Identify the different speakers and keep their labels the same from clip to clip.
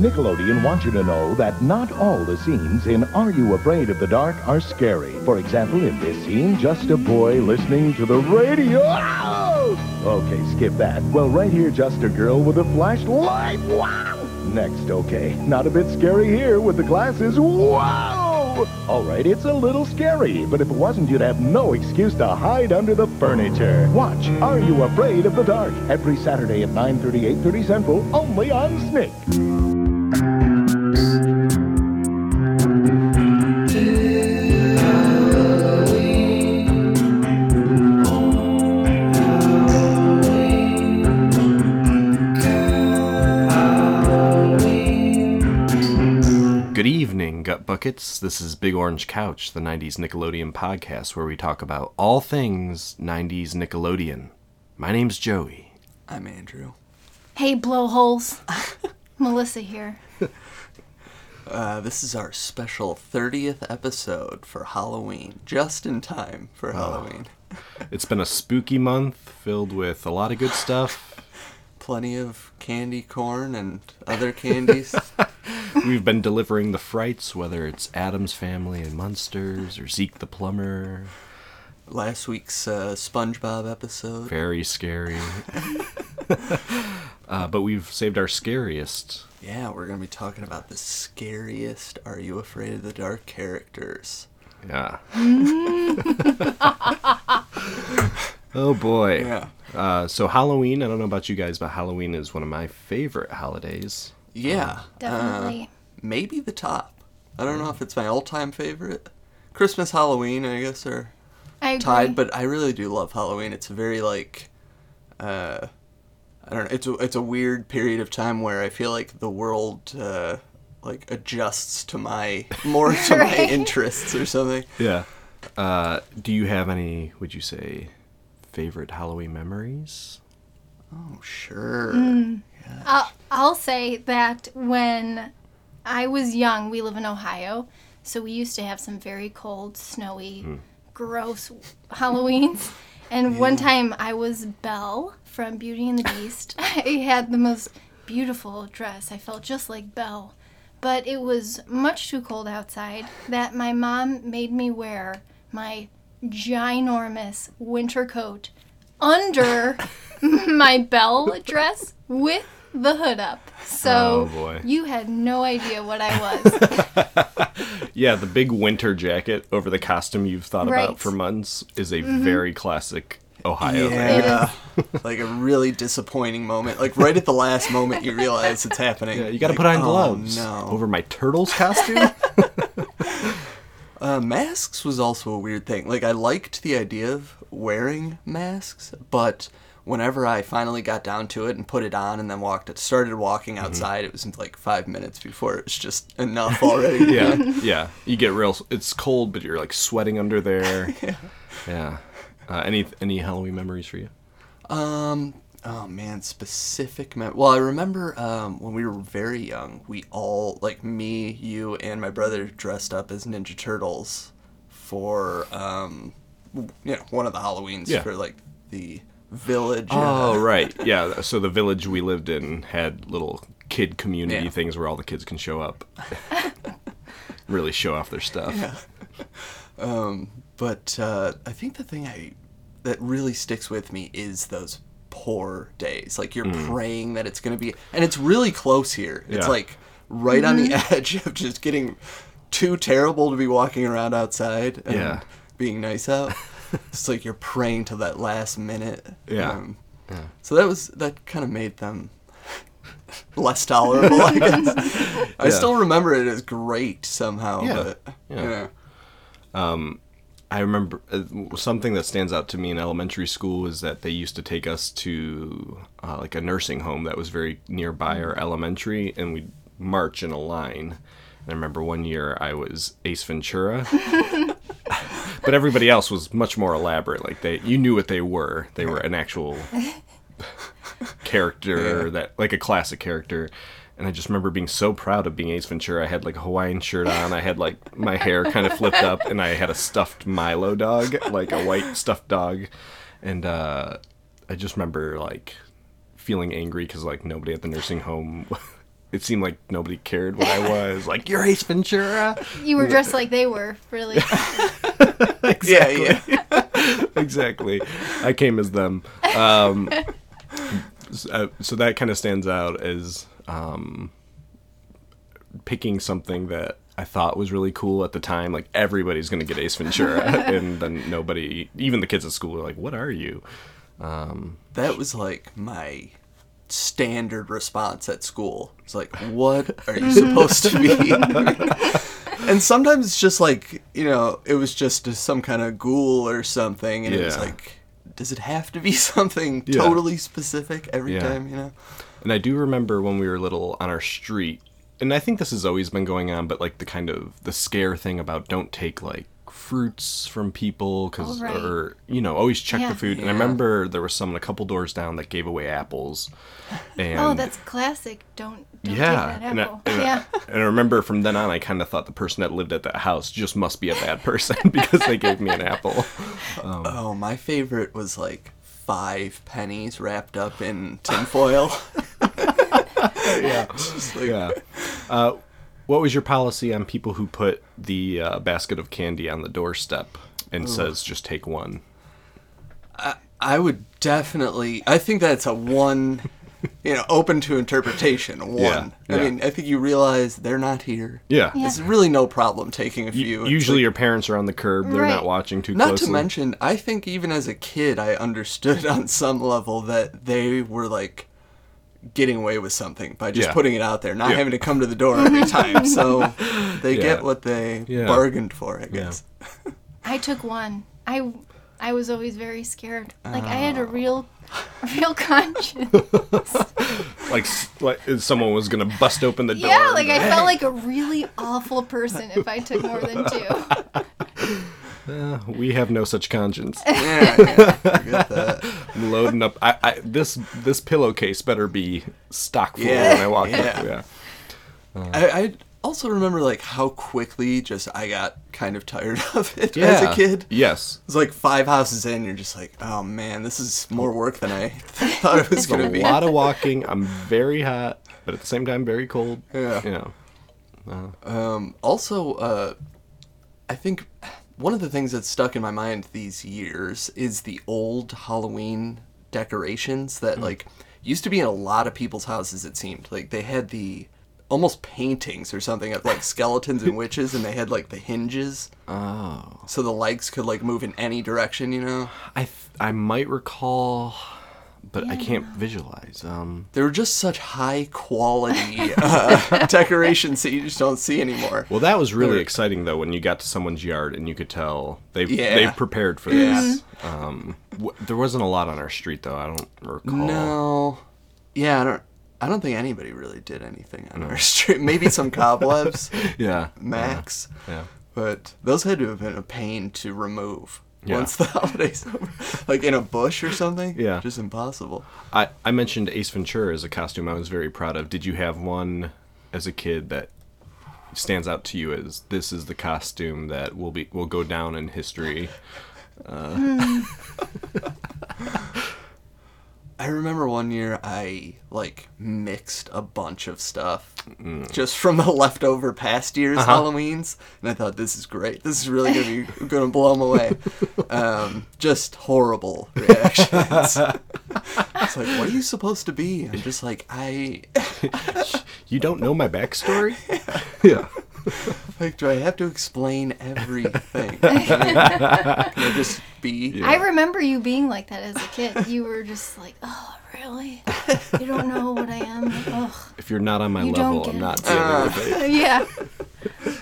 Speaker 1: Nickelodeon wants you to know that not all the scenes in Are You Afraid of the Dark are scary. For example, in this scene, just a boy listening to the radio. Ow! Okay, skip that. Well, right here, just a girl with a flashlight. Wow! Next, okay. Not a bit scary here with the glasses. Wow! All right, it's a little scary, but if it wasn't, you'd have no excuse to hide under the furniture. Watch Are You Afraid of the Dark? Every Saturday at 9.30, 8.30 Central, only on Snick.
Speaker 2: Good evening, Gut Buckets. This is Big Orange Couch, the 90s Nickelodeon podcast where we talk about all things 90s Nickelodeon. My name's Joey.
Speaker 3: I'm Andrew.
Speaker 4: Hey, blowholes. Melissa here.
Speaker 3: Uh, this is our special 30th episode for Halloween, just in time for Halloween.
Speaker 2: It's been a spooky month filled with a lot of good stuff.
Speaker 3: Plenty of candy corn and other candies.
Speaker 2: We've been delivering the frights, whether it's Adam's Family and Munsters or Zeke the Plumber.
Speaker 3: Last week's uh, SpongeBob episode.
Speaker 2: Very scary. uh, but we've saved our scariest.
Speaker 3: Yeah, we're going to be talking about the scariest Are You Afraid of the Dark characters.
Speaker 2: Yeah. oh boy.
Speaker 3: Yeah.
Speaker 2: Uh, so Halloween, I don't know about you guys, but Halloween is one of my favorite holidays.
Speaker 3: Yeah.
Speaker 4: Definitely.
Speaker 3: Maybe the top. I don't know if it's my all time favorite. Christmas, Halloween, I guess, are
Speaker 4: I agree.
Speaker 3: tied, but I really do love Halloween. It's very like, uh, I don't know. It's a, it's a weird period of time where I feel like the world uh, like adjusts to my more to my
Speaker 4: Right.
Speaker 3: interests or something.
Speaker 2: Yeah. Uh, do you have any, would you say, favorite Halloween memories?
Speaker 3: Oh sure.
Speaker 4: I'll, I'll say that when I was young, we live in Ohio, so we used to have some very cold, snowy, gross Halloweens. And one time I was Belle from Beauty and the Beast. I had the most beautiful dress. I felt just like Belle. But it was much too cold outside that my mom made me wear my ginormous winter coat under my bell dress with the hood up. So
Speaker 2: Oh, boy.
Speaker 4: you had no idea what I was.
Speaker 2: Yeah, the big winter jacket over the costume you've thought about
Speaker 4: Right.
Speaker 2: for months is a very classic Ohio thing.
Speaker 3: Mm-hmm. Yeah. like a really disappointing moment. Like right at the last moment, you realize it's happening.
Speaker 2: Yeah, you got to
Speaker 3: Like,
Speaker 2: put on
Speaker 3: oh,
Speaker 2: gloves
Speaker 3: no.
Speaker 2: over my turtles costume.
Speaker 3: Uh, masks was also a weird thing. Like, I liked the idea of wearing masks, but whenever I finally got down to it and put it on and then walked, it started
Speaker 2: Mm-hmm.
Speaker 3: walking outside. It was like five minutes before it was just enough already.
Speaker 2: yeah, yeah. You get real. It's cold, but you're like sweating under there. yeah. Uh, any any Halloween memories for you?
Speaker 3: Oh man, specific. Me- well, I remember um, when we were very young, we all, like me, you, and my brother, dressed up as Ninja Turtles for, um, w- you know, one of the Halloweens
Speaker 2: Yeah.
Speaker 3: for like the village.
Speaker 2: Oh right, yeah. So the village we lived in had little kid community
Speaker 3: Yeah.
Speaker 2: things where all the kids can show up, really show off their stuff.
Speaker 3: But uh, I think the thing I that really sticks with me is those poor days. Like you're praying that it's going to be, and it's really close here. It's
Speaker 2: Mm. Yeah.
Speaker 3: like right on the edge of just getting too terrible to be walking around outside and
Speaker 2: Yeah.
Speaker 3: being nice out. it's like you're praying till that last minute. Um,
Speaker 2: Yeah.
Speaker 3: So that was that kind of made them less tolerable. I guess. I
Speaker 2: Yeah.
Speaker 3: still remember it as great somehow.
Speaker 2: Yeah.
Speaker 3: But,
Speaker 2: Yeah.
Speaker 3: You know,
Speaker 2: I remember uh, something that stands out to me in elementary school is that they used to take us to uh, like a nursing home that was very nearby our elementary, and we'd march in a line. And I remember one year I was Ace Ventura, but everybody else was much more elaborate. Like they, you knew what they were. They were an actual character that like a classic character and i just remember being so proud of being ace ventura i had like a hawaiian shirt on i had like my hair kind of flipped up and i had a stuffed milo dog like a white stuffed dog and uh i just remember like feeling angry because like nobody at the nursing home it seemed like nobody cared what I was. Like you're Ace Ventura.
Speaker 4: You were dressed like they were, really.
Speaker 3: Yeah, yeah.
Speaker 2: exactly. I came as them. Um, s- uh, so that kind of stands out as um, picking something that I thought was really cool at the time. Like everybody's going to get Ace Ventura, and then nobody, even the kids at school, are like, "What are you?"
Speaker 3: That was like my standard response at school. It's like, what are you supposed to be? and sometimes it's just like, you know, it was just some kind of ghoul or something. And it was
Speaker 2: Yeah.
Speaker 3: like, does it have to be something
Speaker 2: Yeah.
Speaker 3: totally specific every
Speaker 2: Yeah.
Speaker 3: time, you know?
Speaker 2: And I do remember when we were little on our street, and I think this has always been going on, but like the kind of the scare thing about don't take like fruits from people because
Speaker 4: Oh, right.
Speaker 2: or you know always check
Speaker 4: Yeah.
Speaker 2: the food. And I
Speaker 3: Yeah.
Speaker 2: remember there was someone a couple doors down that gave away apples. And
Speaker 4: Oh, that's classic. Don't, don't
Speaker 2: yeah,
Speaker 4: take that
Speaker 2: and I,
Speaker 4: apple.
Speaker 2: and, I-
Speaker 4: yeah.
Speaker 2: and I remember from then on, I kind of thought the person that lived at that house just must be a bad person because they gave me an apple. Um.
Speaker 3: Oh, my favorite was like five pennies wrapped up in tinfoil.
Speaker 2: yeah. Uh, what was your policy on people who put the uh, basket of candy on the doorstep and says just take one?
Speaker 3: I would definitely. I think that's a one, you know, open to interpretation. One. I
Speaker 2: yeah.
Speaker 3: mean, I think you realize they're not here.
Speaker 2: Yeah.
Speaker 4: Yeah.
Speaker 3: It's really no problem taking a
Speaker 2: U-
Speaker 3: few. It's
Speaker 2: Usually
Speaker 3: like-
Speaker 2: your parents are on the curb; they're
Speaker 4: Right.
Speaker 2: not watching too
Speaker 3: not
Speaker 2: closely.
Speaker 3: to mention, I think even as a kid, I understood on some level that they were like getting away with something by just
Speaker 2: Yeah.
Speaker 3: putting it out there, not
Speaker 2: Yeah.
Speaker 3: having to come to the door every time. so they
Speaker 2: Yeah.
Speaker 3: get what they
Speaker 2: Yeah.
Speaker 3: bargained for, I guess.
Speaker 4: I took one. I I was always very scared. Like I had a
Speaker 2: Oh.
Speaker 4: real a real conscience.
Speaker 2: like, s- like if someone was gonna bust open the door.
Speaker 4: yeah, like
Speaker 2: and-
Speaker 4: I felt like a really awful person if I took more than two.
Speaker 2: we have no such conscience.
Speaker 3: Yeah, yeah, forget that.
Speaker 2: I'm loading up. I, I this this pillowcase better be stock full
Speaker 3: Yeah,
Speaker 2: when I walk
Speaker 3: yeah.
Speaker 2: up. Yeah.
Speaker 3: I, I also remember like how quickly just I got kind of tired of it as a kid. It
Speaker 2: Yes.
Speaker 3: was like five houses in, you're just like, oh man, this is more work than I thought it was
Speaker 2: It's
Speaker 3: gonna
Speaker 2: a
Speaker 3: be.
Speaker 2: lot of walking. I'm very hot, but at the same time very cold.
Speaker 3: Yeah.
Speaker 2: You know.
Speaker 3: Also, uh, I think one of the things that's stuck in my mind these years is the old Halloween decorations that like used to be in a lot of people's houses. It seemed like they had the almost paintings or something of like skeletons and witches, and they had like the hinges. Oh. So the legs could like move in any direction, you know.
Speaker 2: I th- I might recall, but I can't visualize. Um.
Speaker 3: They were just such high quality uh, decorations that you just don't see anymore.
Speaker 2: Well, that was really
Speaker 3: They're-
Speaker 2: exciting though when you got to someone's yard and you could tell they've
Speaker 3: Yeah.
Speaker 2: they've prepared for this. Um, w- there wasn't a lot on our street though. I don't recall.
Speaker 3: No. Yeah, I don't. I don't think anybody really did anything on our street. Maybe some cobwebs,
Speaker 2: Yeah.
Speaker 3: max.
Speaker 2: Yeah.
Speaker 3: But those had to have been a pain to remove
Speaker 2: Yeah.
Speaker 3: once the holidays over, like in a bush or something.
Speaker 2: Yeah.
Speaker 3: just impossible.
Speaker 2: I I mentioned Ace Ventura as a costume I was very proud of. Did you have one as a kid that stands out to you as this is the costume that will be will go down in history?
Speaker 3: I remember one year I like mixed a bunch of stuff just from the leftover past year's Halloweens, and I thought this is great. This is really gonna be gonna blow them away. um, just horrible reactions. it's like, what are you supposed to be? I'm just like, I
Speaker 2: You don't know my backstory? yeah.
Speaker 3: like, do I have to explain everything? Can I just be?
Speaker 4: I remember you being like that as a kid. You were just like, oh, really? You don't know what I am. Oh,
Speaker 2: If you're not on my
Speaker 4: You don't
Speaker 2: level,
Speaker 4: get
Speaker 2: I'm not
Speaker 4: it.
Speaker 2: dealing
Speaker 3: Uh.
Speaker 2: with it.
Speaker 4: yeah.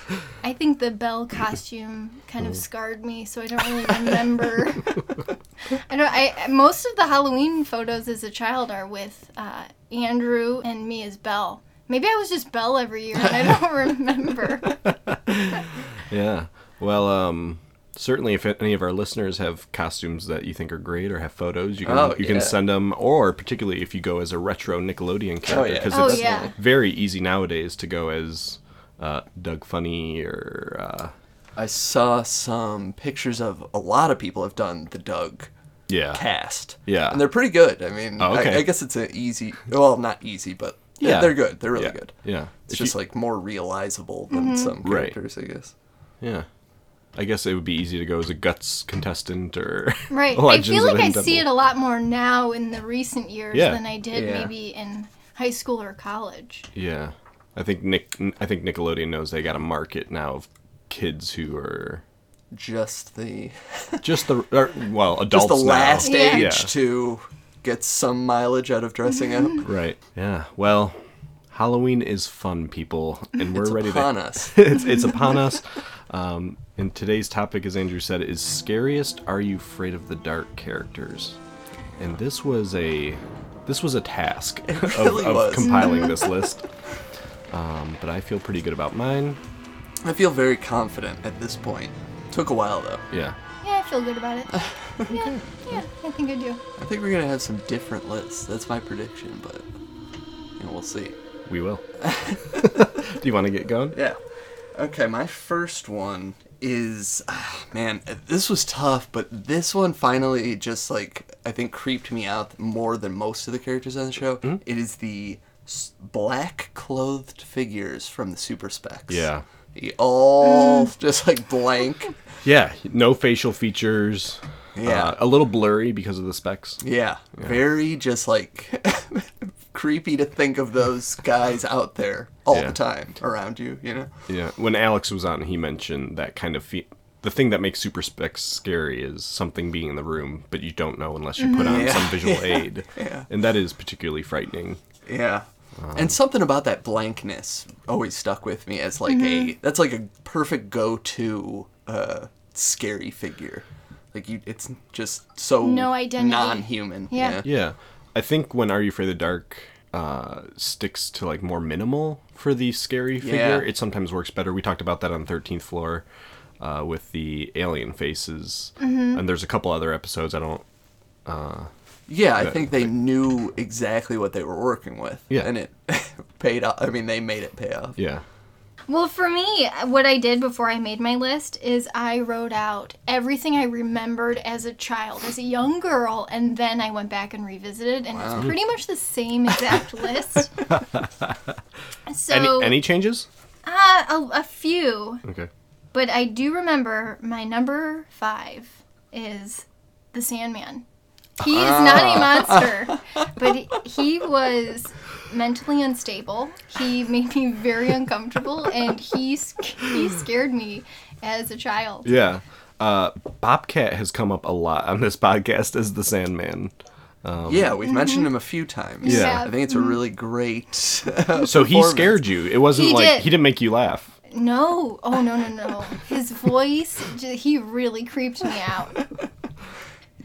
Speaker 4: I think the bell costume kind
Speaker 2: Oh.
Speaker 4: of scarred me, so I don't really remember. I don't. I most of the Halloween photos as a child are with uh, Andrew and me as Belle. Maybe I was just Belle every year, and I don't remember.
Speaker 2: Yeah. Well, um, certainly if any of our listeners have costumes that you think are great or have photos, you can
Speaker 3: Oh,
Speaker 2: you
Speaker 3: yeah.
Speaker 2: can send them. Or particularly if you go as a retro Nickelodeon character,
Speaker 3: yeah.
Speaker 2: because
Speaker 4: Oh,
Speaker 2: it's
Speaker 4: yeah.
Speaker 2: very easy nowadays to go as uh, Doug Funny or uh,
Speaker 3: I saw some pictures of a lot of people have done the Doug.
Speaker 2: yeah.
Speaker 3: cast.
Speaker 2: Yeah.
Speaker 3: And they're pretty good. I mean,
Speaker 2: Oh, okay.
Speaker 3: I, I guess it's an easy, well, not easy, but
Speaker 2: Yeah.
Speaker 3: they're good. They're really
Speaker 2: yeah.
Speaker 3: good.
Speaker 2: Yeah.
Speaker 3: It's
Speaker 2: If you-
Speaker 3: just like more realizable than some
Speaker 2: Right.
Speaker 3: characters, I guess.
Speaker 2: Yeah. I guess it would be easy to go as a guts contestant or
Speaker 4: Right. I
Speaker 2: Legends
Speaker 4: feel
Speaker 2: of
Speaker 4: like I
Speaker 2: Hidden
Speaker 4: see it
Speaker 2: Temple.
Speaker 4: a lot more now in the recent years
Speaker 2: Yeah.
Speaker 4: than I did
Speaker 3: Yeah.
Speaker 4: maybe in high school or college.
Speaker 2: Yeah. I think Nick I think Nickelodeon knows they got a market now of kids who are
Speaker 3: Just the
Speaker 2: just the or, well, adults
Speaker 3: just the
Speaker 2: now.
Speaker 3: last
Speaker 4: Yeah.
Speaker 3: age
Speaker 2: Yeah.
Speaker 3: to get some mileage out of dressing up.
Speaker 2: Right. Yeah. Well, Halloween is fun, people, and we're
Speaker 3: it's
Speaker 2: ready
Speaker 3: upon
Speaker 2: to.
Speaker 3: us.
Speaker 2: it's it's upon us. Um, and today's topic, as Andrew said, is scariest. Are you afraid of the dark characters? And this was a this was a task of,
Speaker 3: really
Speaker 2: of
Speaker 3: was.
Speaker 2: compiling this list. Um, but I feel pretty good about mine.
Speaker 3: I feel very confident at this point. Took a while though.
Speaker 2: Yeah.
Speaker 4: Yeah, I feel good about it. Yeah, yeah, I think I do.
Speaker 3: I think we're gonna have some different lists. That's my prediction, but you know, we'll see.
Speaker 2: We will. Do you want to get going?
Speaker 3: Yeah. Okay, my first one is ah, man, this was tough, but this one finally just like I think creeped me out more than most of the characters on the show.
Speaker 2: Mm-hmm.
Speaker 3: It is the s- black clothed figures from the Super Specs.
Speaker 2: Yeah.
Speaker 3: The- All just like blank.
Speaker 2: Yeah. No facial features.
Speaker 3: Yeah.
Speaker 2: Uh, a little blurry because of the specs.
Speaker 3: Yeah. Very just like creepy to think of those guys out there all
Speaker 2: Yeah.
Speaker 3: the time around you, you know?
Speaker 2: Yeah, when Alex was on, he mentioned that kind of fe- the thing that makes super specs scary is something being in the room, but you don't know unless you put on
Speaker 3: Mm-hmm. Yeah.
Speaker 2: some visual aid,
Speaker 3: Yeah.
Speaker 2: and that is particularly frightening.
Speaker 3: Yeah. and something about that blankness always stuck with me as like
Speaker 4: Mm-hmm.
Speaker 3: a that's like a perfect go-to uh scary figure. Like you it's just so
Speaker 4: No identity.
Speaker 3: non-human.
Speaker 4: Yeah.
Speaker 2: Yeah, I think when Are You Afraid of the Dark uh, sticks to like more minimal for the scary figure,
Speaker 3: Yeah.
Speaker 2: it sometimes works better. We talked about that on Thirteenth Floor uh, with the alien faces,
Speaker 4: Mm-hmm.
Speaker 2: and there's a couple other episodes I don't.
Speaker 3: Yeah, I think they knew exactly what they were working with.
Speaker 2: Yeah.
Speaker 3: And it paid off. I mean, they made it pay off.
Speaker 2: Yeah,
Speaker 4: Well, for me, what I did before I made my list is I wrote out everything I remembered as a child, as a young girl, and then I went back and revisited, and it's pretty much the same exact list. so,
Speaker 2: any any changes?
Speaker 4: uh, a, a few,
Speaker 2: Okay.
Speaker 4: but I do remember my number five is the Sandman. He is not a monster, but he- he was mentally unstable. He made me very uncomfortable, and he sc- he scared me as a child.
Speaker 2: Yeah. Uh, Bobcat has come up a lot on this podcast as the Sandman.
Speaker 3: yeah, we've
Speaker 4: Mm-hmm.
Speaker 3: mentioned him a few times.
Speaker 2: Um, Yeah.
Speaker 4: Yeah.
Speaker 3: I think it's a really great.
Speaker 2: So he scared you. It wasn't
Speaker 4: He
Speaker 2: like
Speaker 4: did.
Speaker 2: he didn't make you laugh.
Speaker 4: No, oh no no no, his voice j- he really creeped me out.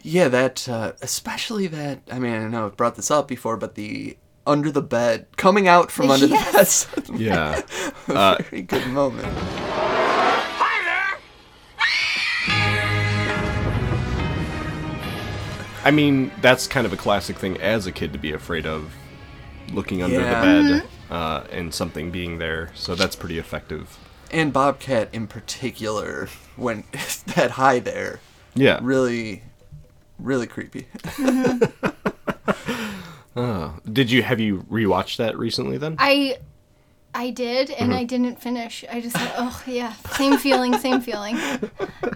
Speaker 3: Yeah, that uh, especially that. I mean, I know I've brought this up before, but the under the bed coming out from under
Speaker 4: Yes.
Speaker 3: the bed.
Speaker 2: Yeah.
Speaker 3: Very good moment.
Speaker 2: I mean, that's kind of a classic thing as a kid to be afraid of looking under
Speaker 3: Yeah.
Speaker 2: the bed uh, and something being there. So that's pretty effective.
Speaker 3: And Bobcat in particular, when that high there,
Speaker 2: Yeah.
Speaker 3: really, really creepy.
Speaker 2: Did you have you rewatched that recently then?
Speaker 4: I I did, and I didn't finish. I just said, oh yeah, same feeling, same feeling.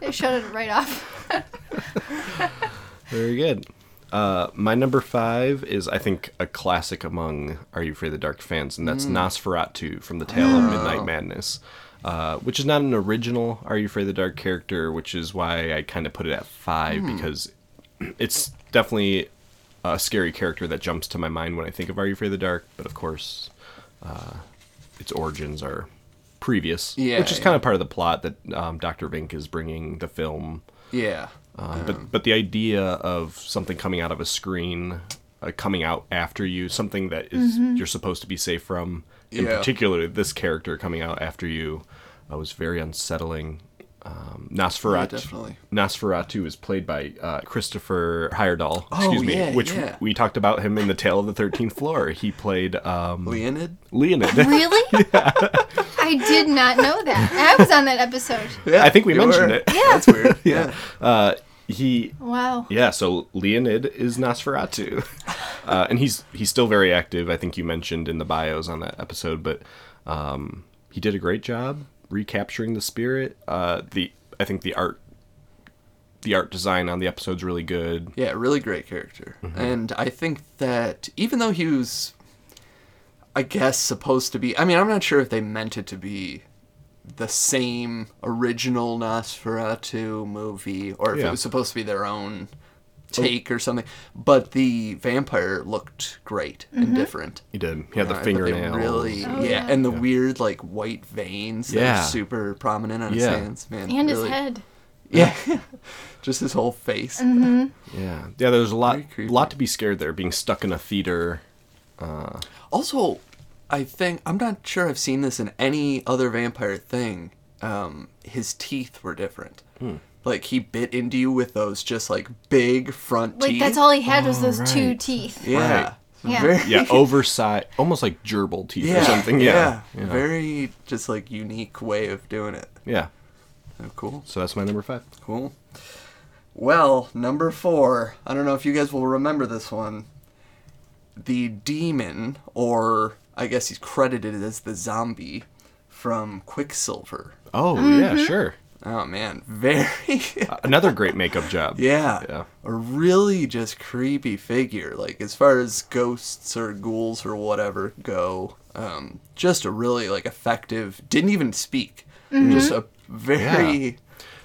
Speaker 4: I shut it right off.
Speaker 2: Very good. Uh, my number five is, I think, a classic among Are You Afraid of the Dark fans, and
Speaker 3: Mm.
Speaker 2: that's Nosferatu from the Tale of
Speaker 3: Oh.
Speaker 2: Midnight Madness, uh, which is not an original Are You Afraid of the Dark character, which is why I kind of put it at five
Speaker 3: Hmm.
Speaker 2: because it's definitely a scary character that jumps to my mind when I think of Are You Afraid of the Dark, but of course, uh, its origins are previous,
Speaker 3: Yeah,
Speaker 2: which is
Speaker 3: yeah.
Speaker 2: kind of part of the plot that um, Dr. Vink is bringing the film.
Speaker 3: Yeah.
Speaker 2: Uh,
Speaker 3: Um,
Speaker 2: but but the idea of something coming out of a screen, uh, coming out after you, something that is- you're supposed to be safe from, in
Speaker 3: Mm-hmm. Yeah.
Speaker 2: particular this character coming out after you, uh, was very unsettling. Um, Nosferatu.
Speaker 3: definitely.
Speaker 2: Nosferatu is played by uh, Christopher Heyerdahl. Excuse me,
Speaker 3: Oh, yeah,
Speaker 2: which
Speaker 3: yeah.
Speaker 2: we talked about him in the Tale of the Thirteenth Floor. He played um,
Speaker 3: Leonid.
Speaker 2: Leonid.
Speaker 4: Really? I did not know that. I was on that episode.
Speaker 2: I think we
Speaker 3: you
Speaker 2: mentioned
Speaker 3: were. Oh,
Speaker 2: it.
Speaker 3: That's weird. yeah.
Speaker 2: Uh, he
Speaker 4: Wow.
Speaker 2: Yeah, so Leonid is Nosferatu. Uh, and he's he's still very active. I think you mentioned in the bios on that episode, but um, he did a great job recapturing the spirit. Uh, the I think the art the art design on the episode's really good.
Speaker 3: Yeah, really great character.
Speaker 2: Mm-hmm.
Speaker 3: And I think that even though he was, I guess, supposed to be, I mean, I'm not sure if they meant it to be the same original Nosferatu movie or if
Speaker 2: Yeah. Oh.
Speaker 3: it was supposed to be their own take or something, but the vampire looked great and different.
Speaker 2: He did. He had the
Speaker 3: I thought they
Speaker 2: fingernails.
Speaker 3: Really, yeah.
Speaker 4: Oh, Mm-hmm. yeah.
Speaker 3: and the weird like white veins that
Speaker 2: Yeah.
Speaker 3: are super prominent on his
Speaker 2: Yeah.
Speaker 3: hands, man.
Speaker 4: and his
Speaker 3: really-
Speaker 4: head.
Speaker 3: yeah, just his whole face.
Speaker 2: Yeah, yeah. There's a lot,
Speaker 3: Very creepy.
Speaker 2: lot to be scared there. Being stuck in a theater.
Speaker 3: Also, I think I'm not sure I've seen this in any other vampire thing. Um, his teeth were different.
Speaker 2: Hmm.
Speaker 3: Like he bit into you with those just like big front
Speaker 4: Like
Speaker 3: teeth.
Speaker 4: that's all he had was those two
Speaker 2: right.
Speaker 4: teeth.
Speaker 3: Yeah.
Speaker 2: Right.
Speaker 4: Yeah.
Speaker 3: Very,
Speaker 2: Yeah, oversized, almost like gerbil teeth or
Speaker 3: yeah,
Speaker 2: something. Yeah,
Speaker 3: yeah. Very just like unique way of doing it.
Speaker 2: yeah.
Speaker 3: So cool.
Speaker 2: So that's my number five.
Speaker 3: Cool. Well, number four. I don't know if you guys will remember this one. The demon, or I guess he's credited as the zombie from Quicksilver.
Speaker 2: Oh yeah, sure.
Speaker 3: Oh man, very.
Speaker 2: Another great makeup job.
Speaker 3: yeah.
Speaker 2: Uh, Yeah.
Speaker 3: A really just creepy figure. Like as far as ghosts or ghouls or whatever go, um, just a really like effective. Didn't even speak. Just a very.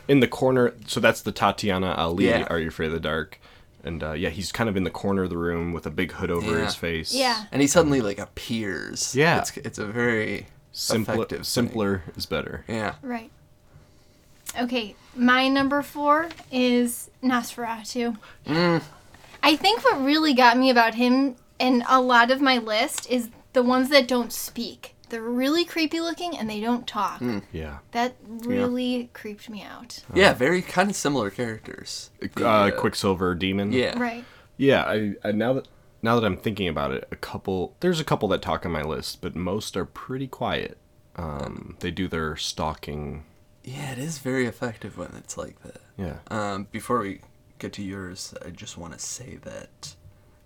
Speaker 2: in the corner. So that's the Tatiana Ali.
Speaker 3: Yeah.
Speaker 2: Are you afraid of the dark? And uh, yeah, he's kind of in the corner of the room with a big hood over
Speaker 3: Yeah.
Speaker 2: his face.
Speaker 4: Yeah.
Speaker 3: and he suddenly like appears.
Speaker 2: Yeah.
Speaker 3: it's, it's a very
Speaker 2: Simpler,
Speaker 3: effective, thing.
Speaker 2: simpler Uh-huh. is better.
Speaker 3: Yeah,
Speaker 4: Right. Okay, my number four is Nosferatu. I think what really got me about him and a lot of my list is the ones that don't speak. They're really creepy looking and they don't talk.
Speaker 2: Yeah.
Speaker 4: That really creeped me out.
Speaker 3: yeah, very kind of similar characters. The,
Speaker 2: Uh, Quicksilver demon.
Speaker 3: Yeah,
Speaker 4: Right.
Speaker 2: Yeah. I, I now that now that I'm thinking about it, a couple there's a couple that talk on my list, but most are pretty quiet. Um, they do their stalking.
Speaker 3: Yeah, it is very effective when it's like that.
Speaker 2: Yeah.
Speaker 3: Um, before we get to yours, I just want to say that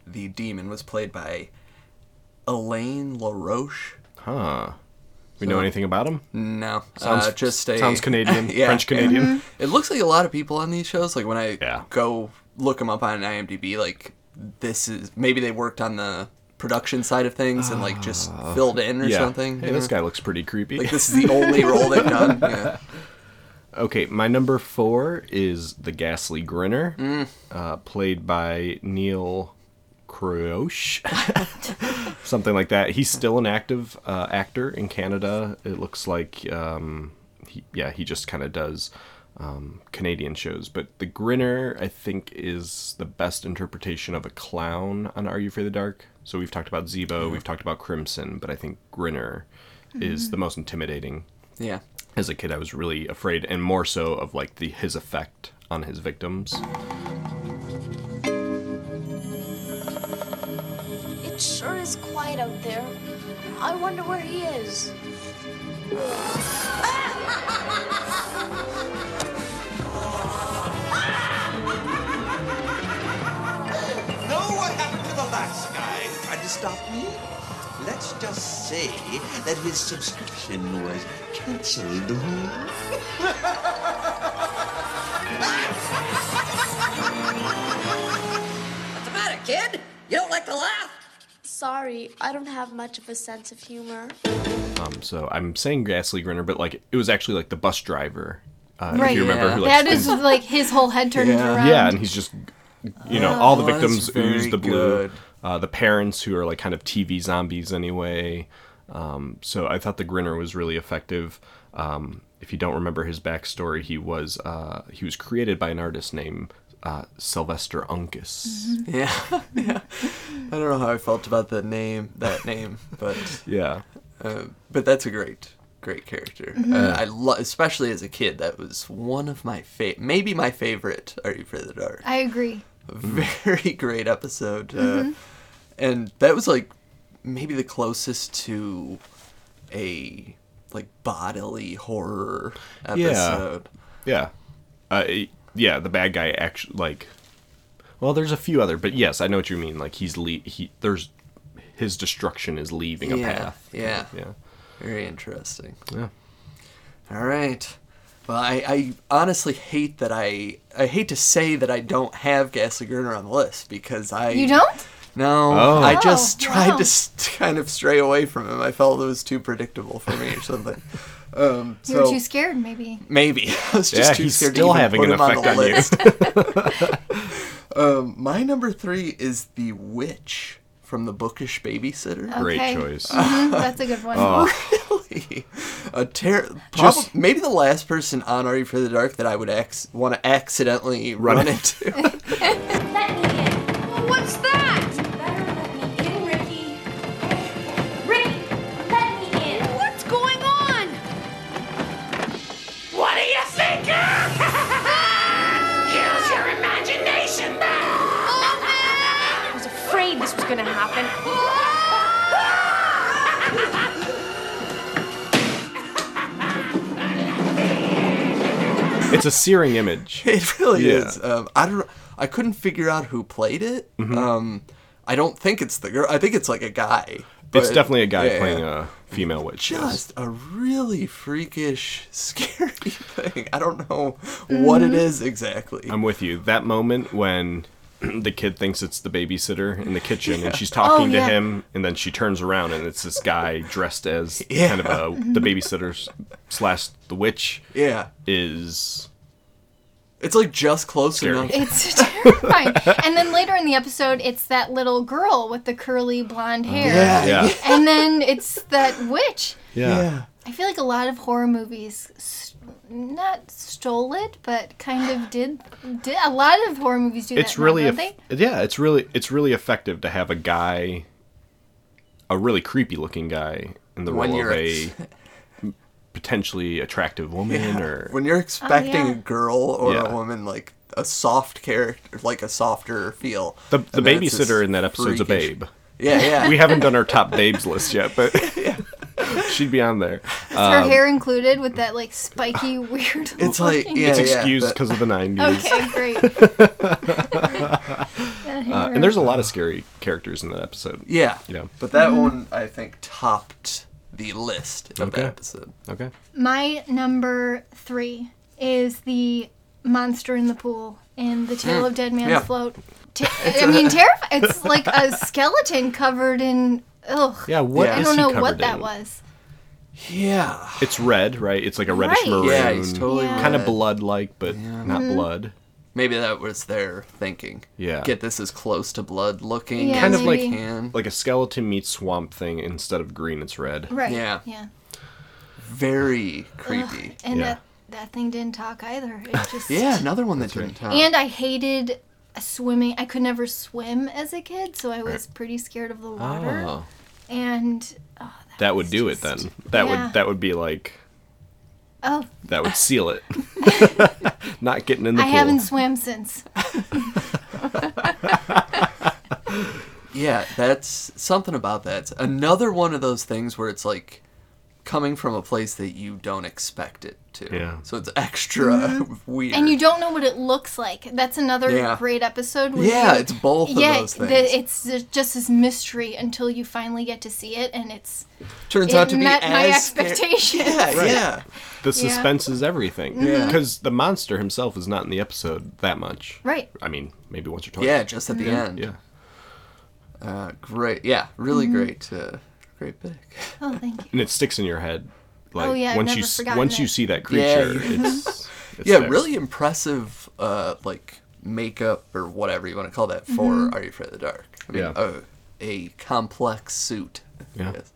Speaker 3: the demon was played by Elaine LaRoche.
Speaker 2: Huh. We know anything about him?
Speaker 3: No,
Speaker 2: Sounds
Speaker 3: uh, just a,
Speaker 2: sounds Canadian,
Speaker 3: Yeah,
Speaker 2: French Canadian.
Speaker 3: It looks like a lot of people on these shows. Like when I
Speaker 2: Yeah.
Speaker 3: go look them up on IMDb, like this is maybe they worked on the production side of things and like just filled in or
Speaker 2: Ah. Yeah.
Speaker 3: something.
Speaker 2: Hey,
Speaker 3: you
Speaker 2: this
Speaker 3: know?
Speaker 2: guy looks pretty creepy.
Speaker 3: Like this is the only role they've done. Yeah.
Speaker 2: Okay, my number four is the Ghastly Grinner, uh, played by Neil Croche, something like that. He's still an active uh, actor in Canada. It looks like, um, he, yeah, he just kind of does um, Canadian shows. But the Grinner, I think, is the best interpretation of a clown on Are You Afraid of the Dark? So we've talked about Zebo, we've talked about Crimson, but I think Grinner is the most intimidating
Speaker 3: yeah.
Speaker 2: as a kid i was really afraid and more so of like the his effect on his victims
Speaker 5: It sure is quiet out there. I wonder where he is.
Speaker 6: Know what happened to the last guy who tried to stop me? Let's just say that his subscription was cancelled.
Speaker 7: What's the matter, kid? You don't like to laugh?
Speaker 5: Sorry, I don't have much of a sense of humor.
Speaker 2: um so i'm saying ghastly grinner but like it was actually like the bus driver uh, if
Speaker 4: Right.
Speaker 2: you remember
Speaker 3: Yeah.
Speaker 2: who, like,
Speaker 4: That is like his whole head turned
Speaker 3: Yeah.
Speaker 4: around.
Speaker 2: yeah and he's just you know all the
Speaker 3: Oh, that's
Speaker 2: victims ooze
Speaker 3: very
Speaker 2: the blue
Speaker 3: good.
Speaker 2: uh, the parents who are like kind of tv zombies anyway um so i thought the grinner was really effective um if you don't remember his backstory he was uh he was created by an artist named uh, Sylvester Uncas.
Speaker 3: Yeah. yeah. I don't know how I felt about the name, that name, but
Speaker 2: Yeah.
Speaker 3: uh, but that's a great great character. Uh, I lo- especially as a kid that was one of my fa- maybe my favorite Are You Afraid of the Dark?
Speaker 4: I agree.
Speaker 3: very great episode. Uh, And that was like maybe the closest to a like bodily horror episode.
Speaker 2: Yeah. Uh, it- yeah, the bad guy actually like Well, there's a few other, but yes, I know what you mean. Like he's le- he there's his destruction is leaving a
Speaker 3: Yeah,
Speaker 2: path.
Speaker 3: yeah.
Speaker 2: Yeah.
Speaker 3: Very interesting.
Speaker 2: Yeah.
Speaker 3: All right. Well, I, I honestly hate that I I hate to say that I don't have Ghastly Gurner on the list because I
Speaker 4: You don't?
Speaker 3: No,
Speaker 2: Oh.
Speaker 3: I just
Speaker 4: Oh,
Speaker 3: tried
Speaker 4: wow.
Speaker 3: to st- kind of stray away from him. I felt it was too predictable for me or something. Um,
Speaker 4: You were
Speaker 3: so
Speaker 4: too scared, maybe.
Speaker 3: maybe I was just
Speaker 2: Yeah,
Speaker 3: too
Speaker 2: he's
Speaker 3: scared
Speaker 2: still
Speaker 3: to even
Speaker 2: having
Speaker 3: put
Speaker 2: an
Speaker 3: him on
Speaker 2: effect
Speaker 3: the
Speaker 2: on you.
Speaker 3: list. um, my number three is the witch from the Bookish Babysitter.
Speaker 2: Great
Speaker 4: Okay.
Speaker 2: choice.
Speaker 4: Mhm, that's a good one.
Speaker 3: Really? A ter-
Speaker 2: Just-
Speaker 3: prob- maybe the last person on Are You for the Dark that I would ac- want to accidentally run,
Speaker 2: Run
Speaker 3: into.
Speaker 5: Let me in. Well, what's that? You better let me in, Ricky. Ricky, let me in. What's going on?
Speaker 7: What do you think? Use your imagination
Speaker 5: I was afraid this was gonna happen.
Speaker 2: It's a searing image.
Speaker 3: it really
Speaker 2: Yeah.
Speaker 3: is. Um, I don't. I couldn't figure out who played it.
Speaker 2: Mm-hmm.
Speaker 3: Um, I don't think it's the girl. I think it's like a guy.
Speaker 2: It's
Speaker 3: but-
Speaker 2: definitely a guy
Speaker 3: yeah,
Speaker 2: playing
Speaker 3: yeah.
Speaker 2: a female witch. yes.
Speaker 3: Just a really freakish, scary thing. I don't know what it is exactly.
Speaker 2: Mm-hmm. I'm with you. That moment when the kid thinks it's the babysitter in the kitchen and she's talking
Speaker 4: Oh,
Speaker 2: to
Speaker 4: yeah.
Speaker 2: him and then she turns around and it's this guy dressed as
Speaker 3: Yeah.
Speaker 2: kind of a the babysitter slash the witch
Speaker 3: yeah,
Speaker 2: is
Speaker 3: it's like just close
Speaker 2: Scary.
Speaker 3: enough.
Speaker 4: It's terrifying. and then later in the episode, it's that little girl with the curly blonde hair.
Speaker 3: Yeah.
Speaker 2: yeah.
Speaker 4: And then it's that witch.
Speaker 3: yeah.
Speaker 4: I feel like a lot of horror movies, s not stole it, but kind of did. did a lot of horror movies do
Speaker 2: It's
Speaker 4: that. now,
Speaker 2: really
Speaker 4: don't
Speaker 2: eff-
Speaker 4: they?
Speaker 2: yeah, it's really it's really effective to have a guy a really creepy looking guy in the
Speaker 3: When
Speaker 2: role
Speaker 3: you're
Speaker 2: of a potentially attractive woman or
Speaker 3: when you're expecting
Speaker 4: Oh, yeah.
Speaker 3: a girl or
Speaker 2: Yeah.
Speaker 3: a woman like a soft character like a softer feel
Speaker 2: the, the
Speaker 3: and then it's this
Speaker 2: babysitter in that episode's a
Speaker 3: freakish-
Speaker 2: babe.
Speaker 3: yeah yeah
Speaker 2: we haven't done our top babes list yet, but she'd be on there.
Speaker 4: Is
Speaker 2: um,
Speaker 4: her hair included with that like spiky weird?
Speaker 3: it's like yeah
Speaker 2: It's
Speaker 3: yeah,
Speaker 2: excused
Speaker 3: that-
Speaker 2: because of the '90s.
Speaker 4: Okay, great.
Speaker 2: Uh, and there's a lot of scary characters in that episode.
Speaker 3: yeah
Speaker 2: Yeah.
Speaker 3: but that
Speaker 4: Mm-hmm.
Speaker 3: one i think topped the list of
Speaker 2: Okay.
Speaker 3: that episode
Speaker 2: Okay.
Speaker 4: My number three is the monster in the pool in the
Speaker 2: Hmm.
Speaker 4: Tale of Dead Man's
Speaker 3: yeah.
Speaker 4: Float. Te- I mean, terrifying. It's like a skeleton covered in. Ugh.
Speaker 2: Yeah. What
Speaker 3: Yeah.
Speaker 4: I
Speaker 2: is
Speaker 4: don't
Speaker 2: he
Speaker 4: know
Speaker 2: covered
Speaker 4: what that
Speaker 2: in?
Speaker 4: was.
Speaker 3: yeah
Speaker 2: It's red, right? It's like a reddish
Speaker 4: Right. Mm-hmm.
Speaker 2: maroon,
Speaker 3: yeah he's totally
Speaker 4: Yeah.
Speaker 2: kind of
Speaker 3: red.
Speaker 2: blood-like, but not blood.
Speaker 3: maybe that was their thinking
Speaker 2: Yeah.
Speaker 3: get this as close to blood looking
Speaker 4: Yeah,
Speaker 2: Kind
Speaker 3: kind of
Speaker 2: of like-
Speaker 3: like
Speaker 4: maybe.
Speaker 3: can.
Speaker 2: Like a skeleton meets swamp thing. Instead of green, it's red.
Speaker 4: Right.
Speaker 3: Yeah.
Speaker 4: Yeah.
Speaker 3: very creepy
Speaker 4: And
Speaker 2: Yeah.
Speaker 4: that that thing didn't talk either. It just.
Speaker 3: yeah another one that didn't top.
Speaker 4: And I hated swimming. I could never swim as a kid, so I was pretty scared of the water.
Speaker 3: oh
Speaker 4: And
Speaker 2: That would do it then. That
Speaker 4: Yeah.
Speaker 2: would that would be like
Speaker 4: oh,
Speaker 2: that would seal it. not getting in the
Speaker 4: I
Speaker 2: pool.
Speaker 4: haven't swam since.
Speaker 3: Yeah, that's something about that. It's Another one of those things where it's like coming from a place that you don't expect it to.
Speaker 2: Yeah.
Speaker 3: So it's extra weird.
Speaker 4: Mm-hmm. And you don't know what it looks like. That's another
Speaker 3: Yeah.
Speaker 4: great episode. where
Speaker 3: Yeah,
Speaker 4: you-
Speaker 3: it's both of
Speaker 4: yeah,
Speaker 3: those
Speaker 4: the-
Speaker 3: things.
Speaker 4: it's just this mystery until you finally get to see it, and it's
Speaker 3: turns
Speaker 4: it
Speaker 3: out to be
Speaker 4: met
Speaker 3: as
Speaker 4: my
Speaker 3: scary-
Speaker 4: expectations.
Speaker 3: Yeah, yeah.
Speaker 2: The suspense is everything.
Speaker 4: Mm-hmm.
Speaker 3: Yeah.
Speaker 2: Because the monster himself is not in the episode that much.
Speaker 4: Right.
Speaker 2: I mean, maybe once or twice.
Speaker 3: Yeah, just at the
Speaker 4: Mm-hmm.
Speaker 3: end.
Speaker 2: Yeah.
Speaker 3: Uh, great. Yeah, really
Speaker 4: Mm-hmm.
Speaker 3: great. Uh, great pick.
Speaker 4: Oh, thank you.
Speaker 2: And it sticks in your head. Like
Speaker 4: Oh, yeah, I've
Speaker 2: once
Speaker 4: never
Speaker 2: you s-
Speaker 4: forgotten
Speaker 2: once you
Speaker 4: that.
Speaker 2: see that
Speaker 3: Yeah,
Speaker 2: creature,
Speaker 3: you-
Speaker 2: it's, it's
Speaker 3: yeah,
Speaker 2: there.
Speaker 3: really impressive, uh, like makeup or whatever you want to call that for
Speaker 4: Mm-hmm.
Speaker 3: Are You Afraid of the Dark? I mean,
Speaker 2: Yeah.
Speaker 3: uh, a complex suit. I
Speaker 2: Yeah.
Speaker 3: guess.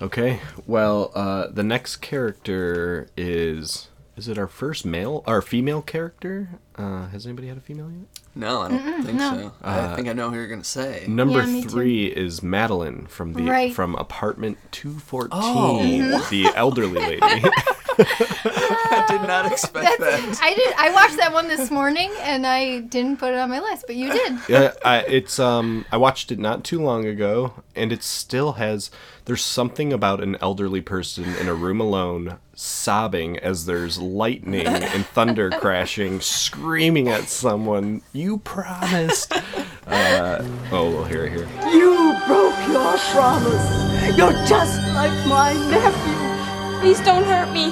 Speaker 2: Okay. Well, uh, the next character is is it our first male our female character? Uh, has anybody had a female yet?
Speaker 3: No, I don't think so.
Speaker 2: Uh,
Speaker 3: I think I know who you're gonna say.
Speaker 2: Number
Speaker 4: Yeah, me too.
Speaker 2: three is Madeline from the
Speaker 4: Right.
Speaker 2: from apartment two fourteen,
Speaker 3: Oh.
Speaker 2: the elderly lady.
Speaker 3: I did not expect that.
Speaker 4: I did. I watched that one this morning, and I didn't put it on my list, but you did.
Speaker 2: Yeah, I, it's um I watched it not too long ago, and it still has. There's something about an elderly person in a room alone sobbing as there's lightning and thunder crashing, screaming at someone. You promised. Uh, oh, we'll hear it here.
Speaker 8: You broke your promise. You're just like my nephew.
Speaker 5: Please don't hurt me.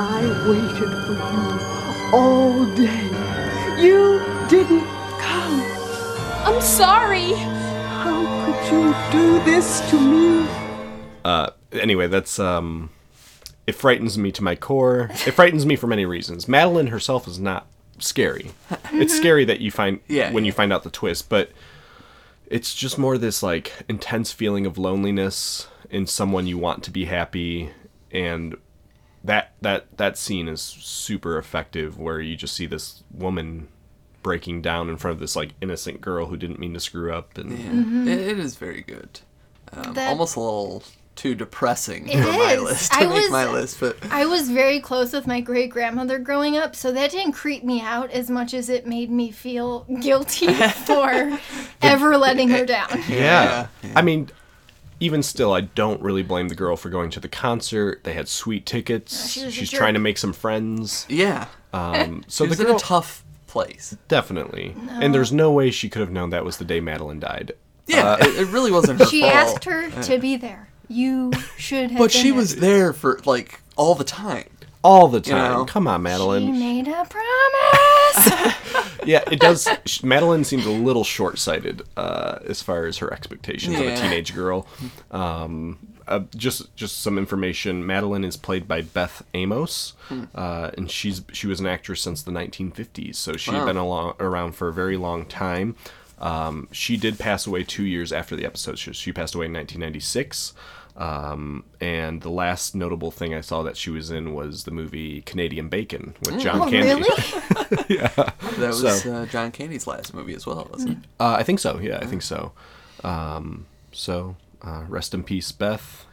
Speaker 8: I waited for you all day. You didn't come.
Speaker 5: I'm sorry.
Speaker 8: How could you do this to me?
Speaker 2: anyway, that's um it frightens me to my core. It frightens me for many reasons. Madeline herself is not scary. it's scary that you find
Speaker 3: Yeah.
Speaker 2: when you find out the twist, but it's just more this like intense feeling of loneliness in someone you want to be happy and that that that scene is super effective where you just see this woman breaking down in front of this like innocent girl who didn't mean to screw up and
Speaker 3: Yeah,
Speaker 4: Mm.
Speaker 3: it it is very good. Um,
Speaker 4: That-
Speaker 3: almost a little too depressing
Speaker 4: It
Speaker 3: for my
Speaker 4: is.
Speaker 3: list to
Speaker 4: I
Speaker 3: make
Speaker 4: was- uh,
Speaker 3: my list, but
Speaker 4: I was very close with my great grandmother growing up, so that didn't creep me out as much as it made me feel guilty for ever letting her down.
Speaker 2: Yeah. I mean, even still, I don't really blame the girl for going to the concert. They had sweet tickets.
Speaker 4: she was a
Speaker 2: She's
Speaker 4: jerk.
Speaker 2: trying to make some friends.
Speaker 3: yeah,
Speaker 2: Um, so
Speaker 3: it
Speaker 2: the
Speaker 3: was in
Speaker 2: girl
Speaker 3: a tough place.
Speaker 2: definitely. And there's no way she could have known that was the day Madeline died.
Speaker 3: Yeah, it, it really wasn't her
Speaker 4: She
Speaker 3: fault.
Speaker 4: asked her to be there. You should have.
Speaker 3: but
Speaker 4: been
Speaker 3: she
Speaker 4: there.
Speaker 3: was there for like all the time.
Speaker 2: All the time.
Speaker 3: know.
Speaker 2: Come on,
Speaker 4: She
Speaker 2: Madeline.
Speaker 4: made a promise.
Speaker 2: yeah, it does. sh- Madeline seemed a little short-sighted uh, as far as her expectations of a
Speaker 3: Yeah.
Speaker 2: teenage girl. Um, uh, just just some information. Madeline is played by Beth Amos,
Speaker 4: Hmm.
Speaker 2: uh, and she's she was an actress since the 1950s, so she had been along, around for a very long time. Um, she did pass away two years after the episode. She, she passed away in 1996. Um, and the last notable thing I saw that she was in was the movie Canadian Bacon with John
Speaker 4: oh,
Speaker 2: Candy.
Speaker 4: really?
Speaker 3: That was
Speaker 2: So-
Speaker 3: uh, John Candy's last movie as well, wasn't it?
Speaker 2: Uh, I think so. Yeah, I think so. Um, so uh, rest in peace, Beth.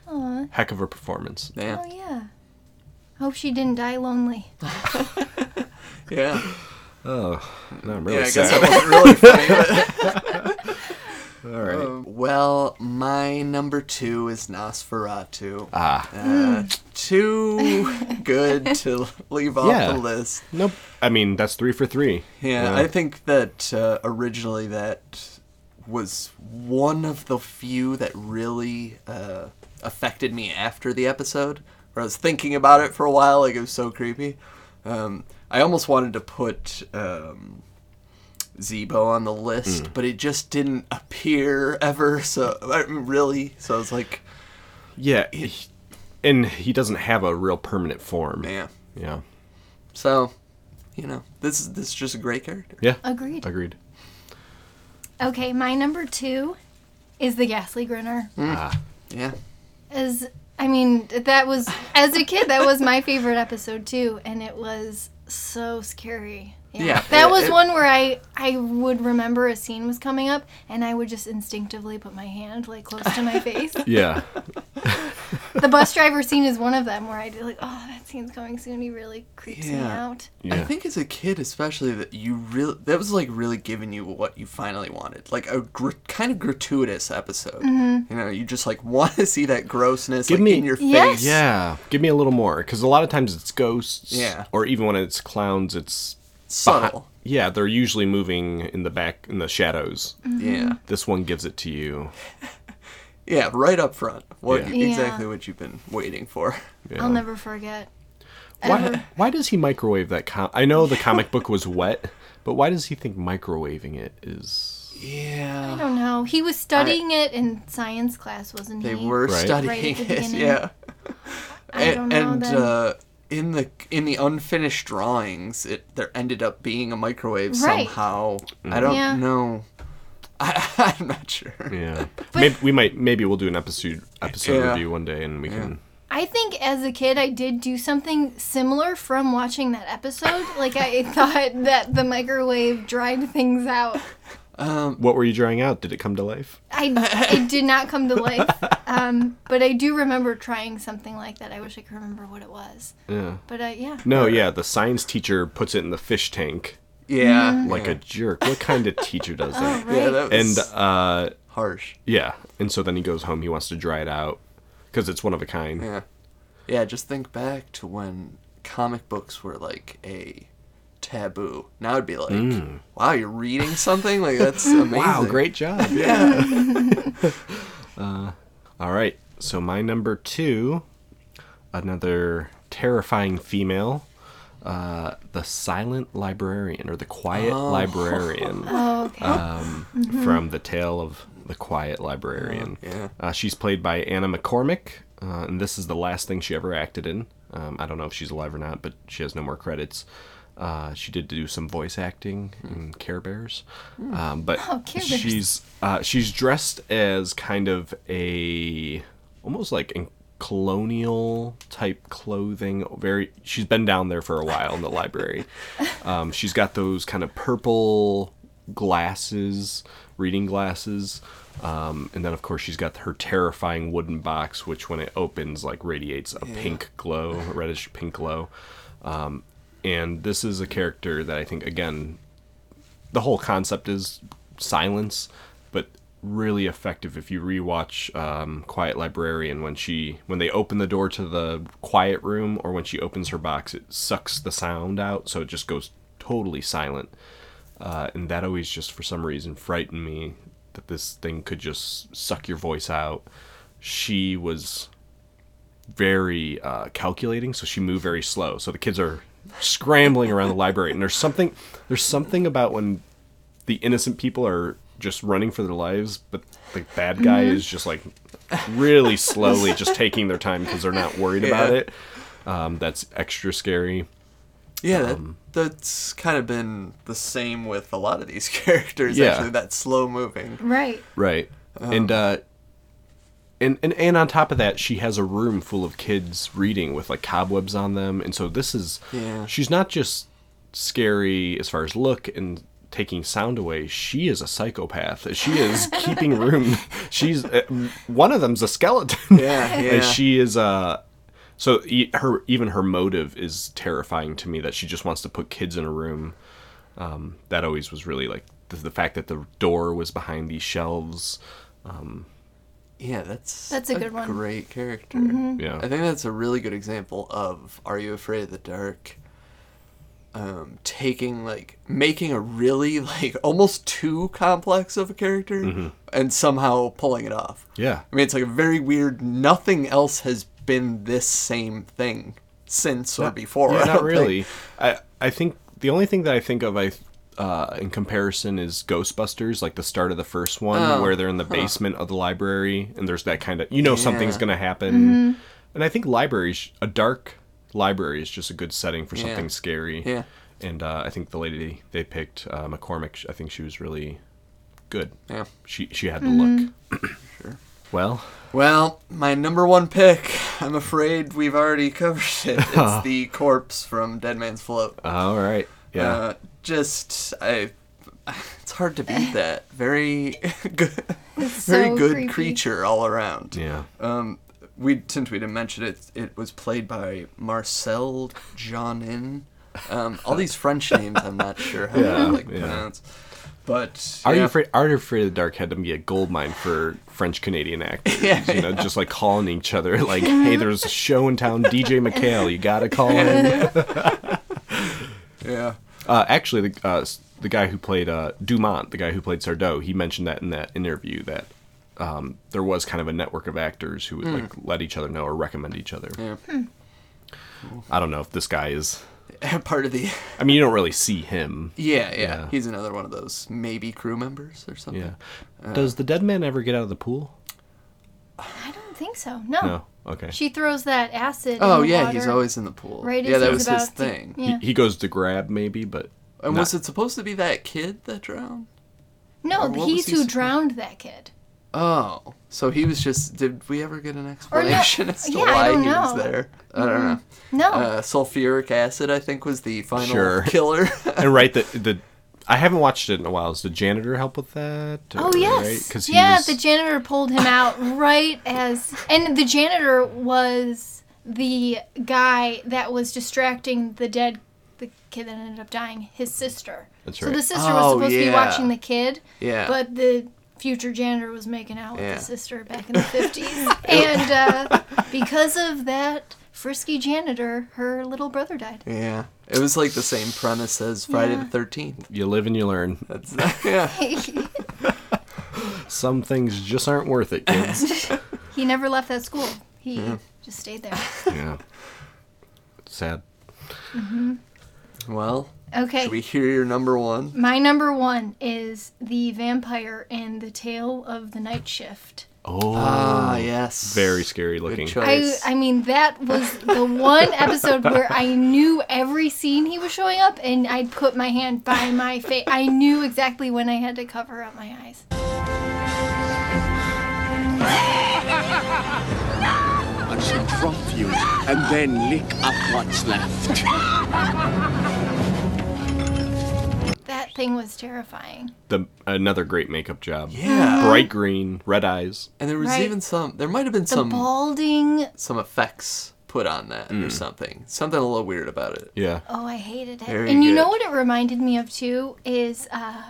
Speaker 2: Heck of a performance.
Speaker 3: Yeah,
Speaker 4: Oh yeah. Hope she didn't die lonely.
Speaker 3: yeah.
Speaker 2: No, I'm
Speaker 3: Yeah,
Speaker 2: really
Speaker 3: I guess
Speaker 2: sad.
Speaker 3: that wasn't really funny. but-
Speaker 2: All right.
Speaker 3: Um, well, my number two is Nosferatu.
Speaker 2: ah,
Speaker 3: Uh, too good to leave off
Speaker 2: Yeah.
Speaker 3: the list.
Speaker 2: nope. I mean, that's three for three.
Speaker 3: Yeah, I think that uh, originally that was one of the few that really uh, affected me after the episode. Where I was thinking about it for a while, like it was so creepy. Um, I almost wanted to put um, Zebo on the list, but it just didn't appear ever. So I mean, really, so I was like,
Speaker 2: Yeah, he- and he doesn't have a real permanent form.
Speaker 3: man.
Speaker 2: Yeah.
Speaker 3: So, you know, this is this is just a great character.
Speaker 2: Yeah.
Speaker 4: Agreed.
Speaker 2: Agreed.
Speaker 4: Okay, my number two is the ghastly grinner.
Speaker 3: Yeah.
Speaker 4: As I mean, that was as a kid, that was my favorite episode too, and it was so scary.
Speaker 3: Yeah,
Speaker 4: that
Speaker 3: it-
Speaker 4: was
Speaker 3: it-
Speaker 4: one where I I would remember a scene was coming up, and I would just instinctively put my hand like close to my face.
Speaker 2: Yeah.
Speaker 4: the bus driver scene is one of them where I did like, oh, that scene's coming soon. He really creeps me
Speaker 3: Yeah.
Speaker 4: out.
Speaker 3: I
Speaker 2: Yeah.
Speaker 3: think as a kid, especially, that you really that was like really giving you what you finally wanted, like a gr- kind of gratuitous episode.
Speaker 4: Mm-hmm.
Speaker 3: You know, you just like want to see that grossness
Speaker 2: Give
Speaker 3: like,
Speaker 2: me-
Speaker 3: in your
Speaker 4: Yes.
Speaker 3: face.
Speaker 2: Yeah. Give me a little more, because a lot of times it's ghosts.
Speaker 3: Yeah.
Speaker 2: Or even when it's clowns, it's
Speaker 3: subtle.
Speaker 2: yeah. They're usually moving in the back in the shadows.
Speaker 4: Mm-hmm.
Speaker 3: Yeah,
Speaker 2: This one gives it to you.
Speaker 3: yeah, right up front. What
Speaker 2: Yeah.
Speaker 4: Yeah.
Speaker 3: exactly what you've been waiting for?
Speaker 2: Yeah.
Speaker 4: I'll never forget.
Speaker 3: Um,
Speaker 2: Why, why does he microwave that? Com- I know the comic book was wet, but why does he think microwaving it is?
Speaker 4: I
Speaker 3: Yeah,
Speaker 4: don't know. He was studying it in science class, wasn't
Speaker 3: they
Speaker 4: he?
Speaker 3: were
Speaker 2: Right.
Speaker 3: studying
Speaker 4: Right at the
Speaker 3: it.
Speaker 4: beginning.
Speaker 3: Yeah,
Speaker 4: I don't
Speaker 3: and,
Speaker 4: know
Speaker 3: and
Speaker 4: then.
Speaker 3: uh, in the in the unfinished drawings, it there ended up being a microwave
Speaker 4: Right.
Speaker 3: somehow.
Speaker 2: Mm-hmm.
Speaker 3: I don't
Speaker 4: Yeah.
Speaker 3: know. I, I'm not sure.
Speaker 2: Yeah, maybe we might. Maybe we'll do an episode episode
Speaker 3: Yeah.
Speaker 2: review one day, and we can.
Speaker 4: I think as a kid, I did do something similar from watching that episode. Like I thought that the microwave dried things out.
Speaker 2: What were you drawing out? Did it come to life?
Speaker 4: I it did not come to life. Um, but I do remember trying something like that. I wish I could remember what it was.
Speaker 2: Yeah.
Speaker 4: But uh, yeah.
Speaker 2: No, yeah, the science teacher puts it in the fish tank
Speaker 3: Yeah.
Speaker 2: like a jerk. What kind of teacher does that?
Speaker 4: Oh, Right.
Speaker 3: Yeah, that was
Speaker 2: And uh
Speaker 3: harsh.
Speaker 2: yeah, and so then he goes home, he wants to dry it out cuz it's one of a kind.
Speaker 3: Yeah. Yeah, just think back to when comic books were like a taboo. Now it'd be like,
Speaker 2: Mm.
Speaker 3: wow, you're reading something? Like, that's amazing.
Speaker 2: Wow, great job. Yeah. uh, all right. So my number two, another terrifying female, uh, the silent librarian or the quiet librarian
Speaker 4: Oh, okay.
Speaker 2: from the tale of the quiet librarian.
Speaker 3: Yeah.
Speaker 2: Uh, she's played by Anna McCormick, uh, and this is the last thing she ever acted in. Um, I don't know if she's alive or not, but she has no more credits. Uh, she did do some voice acting in Care Bears,
Speaker 3: Hmm.
Speaker 2: um, but
Speaker 4: Oh, Care Bears.
Speaker 2: she's uh, she's dressed as kind of a almost like in colonial type clothing. Very, she's been down there for a while in the library. Um, she's got those kind of purple glasses, reading glasses. Um, and then, of course, she's got her terrifying wooden box, which when it opens, like radiates a pink glow, a reddish pink glow. Um, and this is a character that I think, again, the whole concept is silence, but really effective if you rewatch um, Quiet Librarian when she when they open the door to the quiet room or when she opens her box, it sucks the sound out, so it just goes totally silent. Uh, and that always just for some reason frightened me that this thing could just suck your voice out. She was very uh, calculating, so she moved very slow. So the kids are scrambling around the library, and there's something there's something about when the innocent people are just running for their lives, but the bad guy is just like really slowly just taking their time because they're not worried about
Speaker 3: Yeah.
Speaker 2: it. Um, that's extra scary.
Speaker 3: Yeah, that,
Speaker 2: Um,
Speaker 3: that's kind of been the same with a lot of these characters,
Speaker 2: Yeah.
Speaker 3: actually, that slow moving.
Speaker 4: Right.
Speaker 2: Right. and uh and, and and on top of that, she has a room full of kids reading with like cobwebs on them. And so this is
Speaker 3: Yeah.
Speaker 2: she's not just scary as far as look and taking sound away. She is a psychopath. She is keeping room. She's uh, one of them's a skeleton.
Speaker 3: Yeah, yeah.
Speaker 2: And she is uh so e- her even her motive is terrifying to me that she just wants to put kids in a room Um, that always was really like the, the fact that the door was behind these shelves.
Speaker 3: yeah, that's
Speaker 4: That's a good one. Mm-hmm.
Speaker 3: Great character.
Speaker 2: Yeah.
Speaker 3: I think that's a really good example of Are You Afraid of the Dark? Um, taking like making a really like almost too complex of a character and somehow pulling it off.
Speaker 2: Mm-hmm. Yeah.
Speaker 3: I mean it's like a very weird nothing else has been this same thing since or before.
Speaker 2: Yeah,
Speaker 3: I
Speaker 2: not
Speaker 3: don't think.
Speaker 2: really. I I think the only thing that I think of I uh, in comparison is Ghostbusters, like the start of the first one,
Speaker 3: Oh,
Speaker 2: where they're in the basement of the library, and there's that kind of you know something's
Speaker 3: Yeah. Mm-hmm.
Speaker 2: gonna happen. And I think libraries, a dark library, is just a good setting for something scary.
Speaker 3: Yeah.
Speaker 2: And uh, I think the lady they picked, uh, McCormick, I think she was really good.
Speaker 3: Yeah. Mm-hmm.
Speaker 2: She she had the look. sure. Well,
Speaker 3: Well, my number one pick, I'm afraid we've already covered it. It's the corpse from Dead Man's Float.
Speaker 2: all right. Yeah.
Speaker 3: Uh, just I. It's hard to beat that. Very good, very
Speaker 4: so
Speaker 3: good
Speaker 4: creepy.
Speaker 3: creature all around.
Speaker 2: yeah.
Speaker 3: Um, we since we didn't mention it, it was played by Marcel Johnin. Um, all these French names, I'm not sure how
Speaker 2: Yeah,
Speaker 3: to like
Speaker 2: yeah.
Speaker 3: pronounce. But
Speaker 2: Are
Speaker 3: yeah.
Speaker 2: you afraid? Are you afraid of the dark had to be a gold mine for French Canadian actors? you know, just like calling each other, like, "Hey, there's a show in town, DJ McHale. You gotta call in."
Speaker 3: Yeah.
Speaker 2: Uh, actually, the uh, s- the guy who played uh, Dumont, the guy who played Sardo, he mentioned that in that interview that um, there was kind of a network of actors who would like let each other know or recommend each other.
Speaker 3: Hmm. Yeah.
Speaker 2: I don't know if this guy is.
Speaker 3: Part of the
Speaker 2: I mean, you don't really see him.
Speaker 3: yeah, yeah,
Speaker 2: Yeah.
Speaker 3: He's another one of those maybe crew members or something.
Speaker 2: Yeah. Does the dead man ever get out of the pool?
Speaker 4: I don't think so. No.
Speaker 2: No. Okay.
Speaker 4: She throws that acid.
Speaker 3: Oh
Speaker 4: in the
Speaker 3: yeah,
Speaker 4: water.
Speaker 3: he's always in the pool.
Speaker 4: right.
Speaker 3: yeah,
Speaker 4: as
Speaker 3: that
Speaker 4: he's
Speaker 3: was
Speaker 4: about
Speaker 3: his
Speaker 4: to-
Speaker 3: thing.
Speaker 4: Yeah.
Speaker 2: He, he goes to grab maybe, but
Speaker 3: And
Speaker 2: not-
Speaker 3: was it supposed to be that kid that drowned?
Speaker 4: no,
Speaker 3: or what was
Speaker 4: he's
Speaker 3: he
Speaker 4: who
Speaker 3: saying?
Speaker 4: drowned that kid.
Speaker 3: Oh, so he was just. Did we ever get an
Speaker 4: Or no-
Speaker 3: explanation as to
Speaker 4: yeah, I
Speaker 3: why
Speaker 4: don't
Speaker 3: he was
Speaker 4: know. Mm-hmm. Oh.
Speaker 3: there? I don't know.
Speaker 4: No.
Speaker 3: Uh, sulfuric acid, I think, was the final
Speaker 2: Sure.
Speaker 3: killer.
Speaker 2: and right the the I haven't watched it in a while. Does the janitor help with that?
Speaker 4: Oh
Speaker 2: Or,
Speaker 4: yes,
Speaker 2: right? 'Cause he
Speaker 4: yeah.
Speaker 2: was-
Speaker 4: The janitor pulled him out right as, and the janitor was the guy that was distracting the dead, the kid that ended up dying, his sister.
Speaker 2: That's
Speaker 4: So
Speaker 2: right.
Speaker 4: the sister
Speaker 3: Oh,
Speaker 4: was supposed to be
Speaker 3: yeah.
Speaker 4: watching the kid,
Speaker 3: Yeah.
Speaker 4: but the future janitor was making out with
Speaker 3: Yeah.
Speaker 4: the sister back in the fifties, and uh, because of that frisky janitor, her little brother died.
Speaker 3: Yeah. It was like the same premise as Friday
Speaker 4: Yeah.
Speaker 3: the 13th.
Speaker 2: you live and you learn.
Speaker 3: That's yeah.
Speaker 2: Some things just aren't worth it, kids.
Speaker 4: he never left that school. He just stayed there.
Speaker 2: yeah. Sad.
Speaker 3: Well,
Speaker 4: Okay. Mm.
Speaker 3: should we hear your number one?
Speaker 4: My number one is the vampire in the Tale of the Night Shift.
Speaker 2: Oh,
Speaker 3: Ah, yes.
Speaker 2: very scary looking.
Speaker 3: Good
Speaker 4: I,
Speaker 3: choice.
Speaker 4: I mean, that was the one episode where I knew every scene he was showing up, and I'd put my hand by my face. I knew exactly when I had to cover up my eyes.
Speaker 9: I shall drop you and then lick up what's left.
Speaker 4: That thing was terrifying.
Speaker 2: The another great makeup job.
Speaker 3: yeah.
Speaker 2: Bright green, red eyes.
Speaker 3: And there was
Speaker 4: Mm. Right.
Speaker 3: even some. There might have been
Speaker 4: The
Speaker 3: some
Speaker 4: balding.
Speaker 3: some effects put on that
Speaker 2: Mm.
Speaker 3: or something. Something a little weird about it.
Speaker 2: Yeah.
Speaker 4: Oh, I hated it.
Speaker 3: Very
Speaker 4: and you know
Speaker 3: good.
Speaker 4: what it reminded me of too is uh,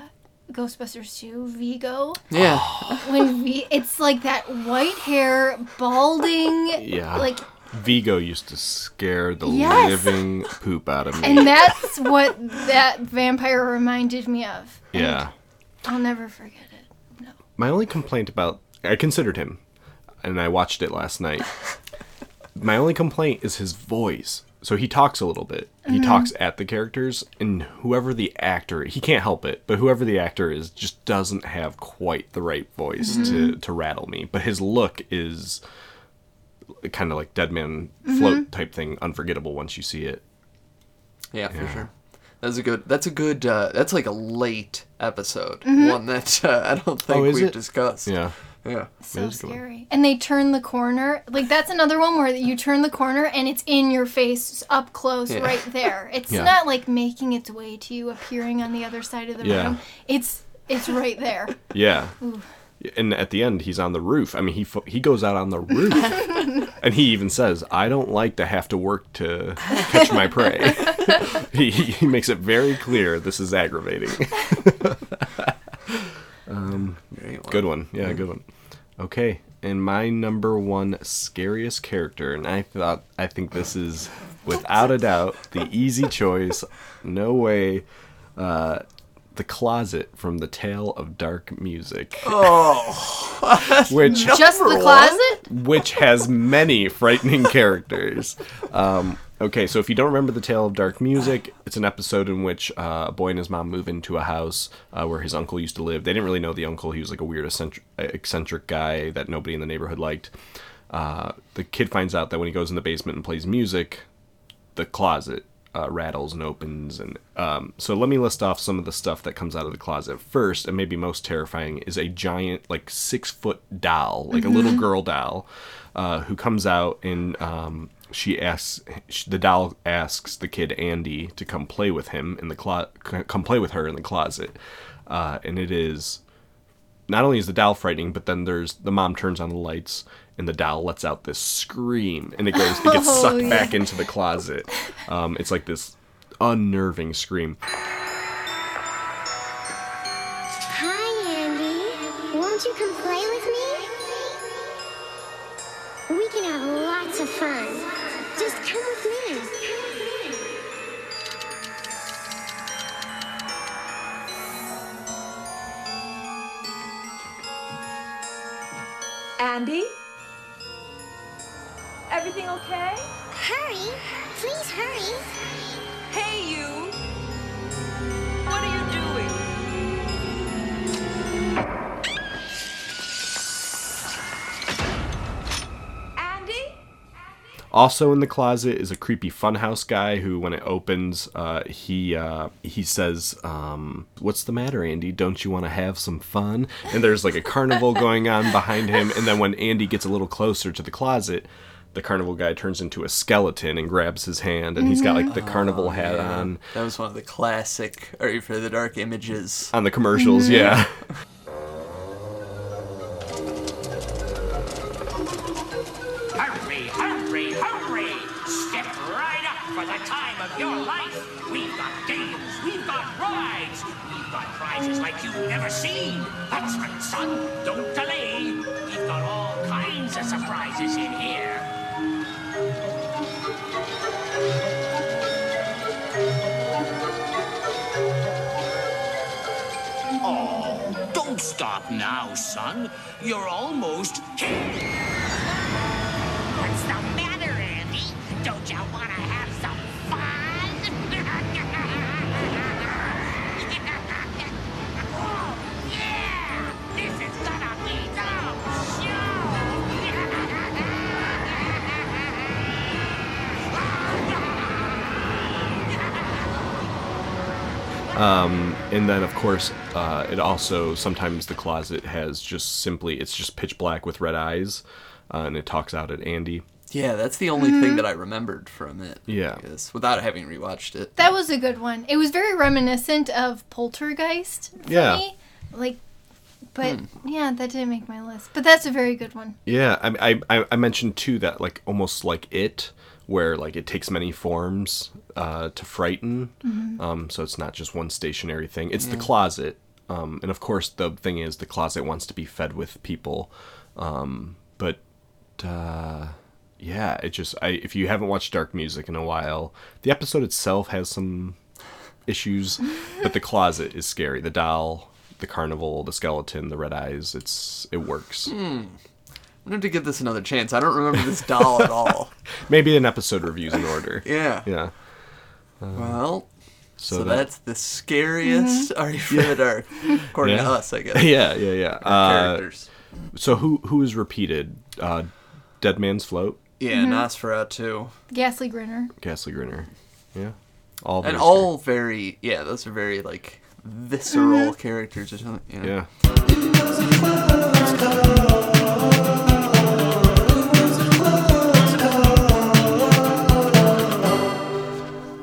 Speaker 4: Ghostbusters 2 Vigo.
Speaker 2: Ah.
Speaker 3: Yeah.
Speaker 4: When v- it's like that white hair, balding,
Speaker 2: Yeah.
Speaker 4: like
Speaker 2: Vigo used to scare the
Speaker 4: Yes.
Speaker 2: living poop out of me.
Speaker 4: And that's what that vampire reminded me of.
Speaker 2: yeah.
Speaker 4: I'll never forget it. No.
Speaker 2: My only complaint about I considered him, and I watched it last night. My only complaint is his voice. So he talks a little bit. He talks at the characters, and whoever the actor, he can't help it, but whoever the actor is, just doesn't have quite the right voice to to rattle me. But his look is kind of like dead man float type thing, unforgettable once you see it.
Speaker 3: Yeah, for sure. That's a good. That's a good. Uh, that's like a late episode. One that uh, I don't think
Speaker 2: Oh, is
Speaker 3: we've
Speaker 2: it?
Speaker 3: discussed.
Speaker 2: Yeah,
Speaker 3: Yeah.
Speaker 4: So
Speaker 2: is a good one.
Speaker 4: scary. And they turn the corner. Like that's another one where you turn the corner and it's in your face up close
Speaker 3: Yeah.
Speaker 4: right there. It's
Speaker 2: Yeah.
Speaker 4: not like making its way to you appearing on the other side of the
Speaker 2: Yeah.
Speaker 4: room. It's it's right there.
Speaker 2: yeah. And at the end, he's on the roof. I mean, he fo- he goes out on the roof, and he even says, "I don't like to have to work to catch my prey." he, he he makes it very clear this is aggravating. Um,
Speaker 3: Great one.
Speaker 2: Good one, yeah, good one. Okay, and my number one scariest character, and I thought I think this is without a doubt the easy choice. No way. Uh, the closet from the tale of dark music. Oh, which
Speaker 4: Just the closet?
Speaker 2: which has many frightening characters. Um, okay, so if you don't remember the tale of dark music, it's an episode in which uh, a boy and his mom move into a house uh, where his uncle used to live. They didn't really know the uncle; he was like a weird, eccentric, eccentric guy that nobody in the neighborhood liked. Uh, the kid finds out that when he goes in the basement and plays music, the closet uh, rattles and opens and um, so let me list off some of the stuff that comes out of the closet first and maybe most terrifying is a giant like six foot doll like a little girl doll uh, who comes out and um, she asks sh the doll asks the kid andy to come play with him in the clo- c- come play with her in the closet uh, and it is not only is the doll frightening, but then there's the mom turns on the lights and the doll lets out this scream and it goes, it gets
Speaker 4: Oh,
Speaker 2: sucked
Speaker 4: yeah.
Speaker 2: back into the closet. Um, it's like this unnerving scream.
Speaker 5: Hi, Andy. Won't you come play with me? We can have lots of fun. Just come with me.
Speaker 10: Andy? Everything okay?
Speaker 5: Hurry. Please hurry.
Speaker 10: Hey, you! What are you doing? Andy?
Speaker 2: Also in the closet is a creepy funhouse guy who, when it opens, uh, he uh, he says, um, "What's the matter, Andy? Don't you want to have some fun?" And there's like a carnival going on behind him. And then when Andy gets a little closer to the closet, the carnival guy turns into a skeleton and grabs his hand, and he's got like the carnival hat on
Speaker 3: That was one of the classic Are You for the Dark images.
Speaker 2: on the commercials. Yeah.
Speaker 7: Hurry, hurry, hurry! Step right up for the time of your life! We've got games, we've got rides, we've got prizes like you've never seen! That's right, son, don't delay! We've got all kinds of surprises in here! Oh, don't stop now, son. You're almost here. What's the matter, Andy? Don't you want to have some fun? oh, yeah! This is gonna be the
Speaker 2: Um, and then, of course, uh, it also sometimes the closet has just simply it's just pitch black with red eyes, uh, and it talks out at Andy.
Speaker 3: Yeah, that's the only thing that I remembered from it.
Speaker 2: Yeah.
Speaker 3: I guess, without having rewatched it.
Speaker 4: That was a good one. It was very reminiscent of Poltergeist for
Speaker 2: Yeah.
Speaker 4: me. Like, but yeah, that didn't make my list. But that's a very good one.
Speaker 2: Yeah, I, I- I I mentioned too that like almost like it, where like it takes many forms uh, to frighten. Um, so it's not just one stationary thing. It's the closet, um, and of course the thing is the closet wants to be fed with people, um, but uh, yeah, it just I if you haven't watched Dark Music in a while, the episode itself has some issues, but the closet is scary. The doll. The carnival, the skeleton, the red eyes—it's it works.
Speaker 3: I'm going to give this another chance. I don't remember this doll at all.
Speaker 2: Maybe an episode review's in order.
Speaker 3: Yeah.
Speaker 2: Yeah.
Speaker 3: Well,
Speaker 2: So,
Speaker 3: so,
Speaker 2: that,
Speaker 3: that's the scariest Are You for the Dark? According to
Speaker 2: Yeah.
Speaker 3: us, I guess.
Speaker 2: Yeah, yeah, yeah. Uh,
Speaker 3: Characters.
Speaker 2: so who who is repeated? Uh, Dead Man's Float,
Speaker 3: Yeah, Nosferatu.
Speaker 4: Ghastly Grinner.
Speaker 2: Ghastly Grinner. Yeah. All
Speaker 3: And
Speaker 2: very
Speaker 3: all very, yeah, those are very, like, visceral characters or something. You know?
Speaker 2: scary. Yeah.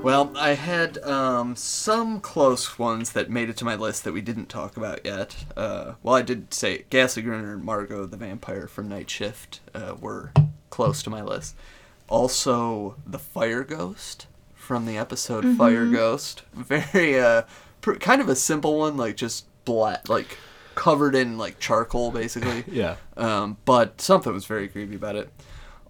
Speaker 3: Well, I had um, some close ones that made it to my list that we didn't talk about yet. Uh, well, I did say Ghastly Grinner and Margot the Vampire from Night Shift uh, were close to my list. Also, the Fire Ghost from the episode Fire Ghost. Very, uh, pr- kind of a simple one, like just black, like covered in like charcoal, basically.
Speaker 2: Yeah.
Speaker 3: Um, but something was very creepy about it.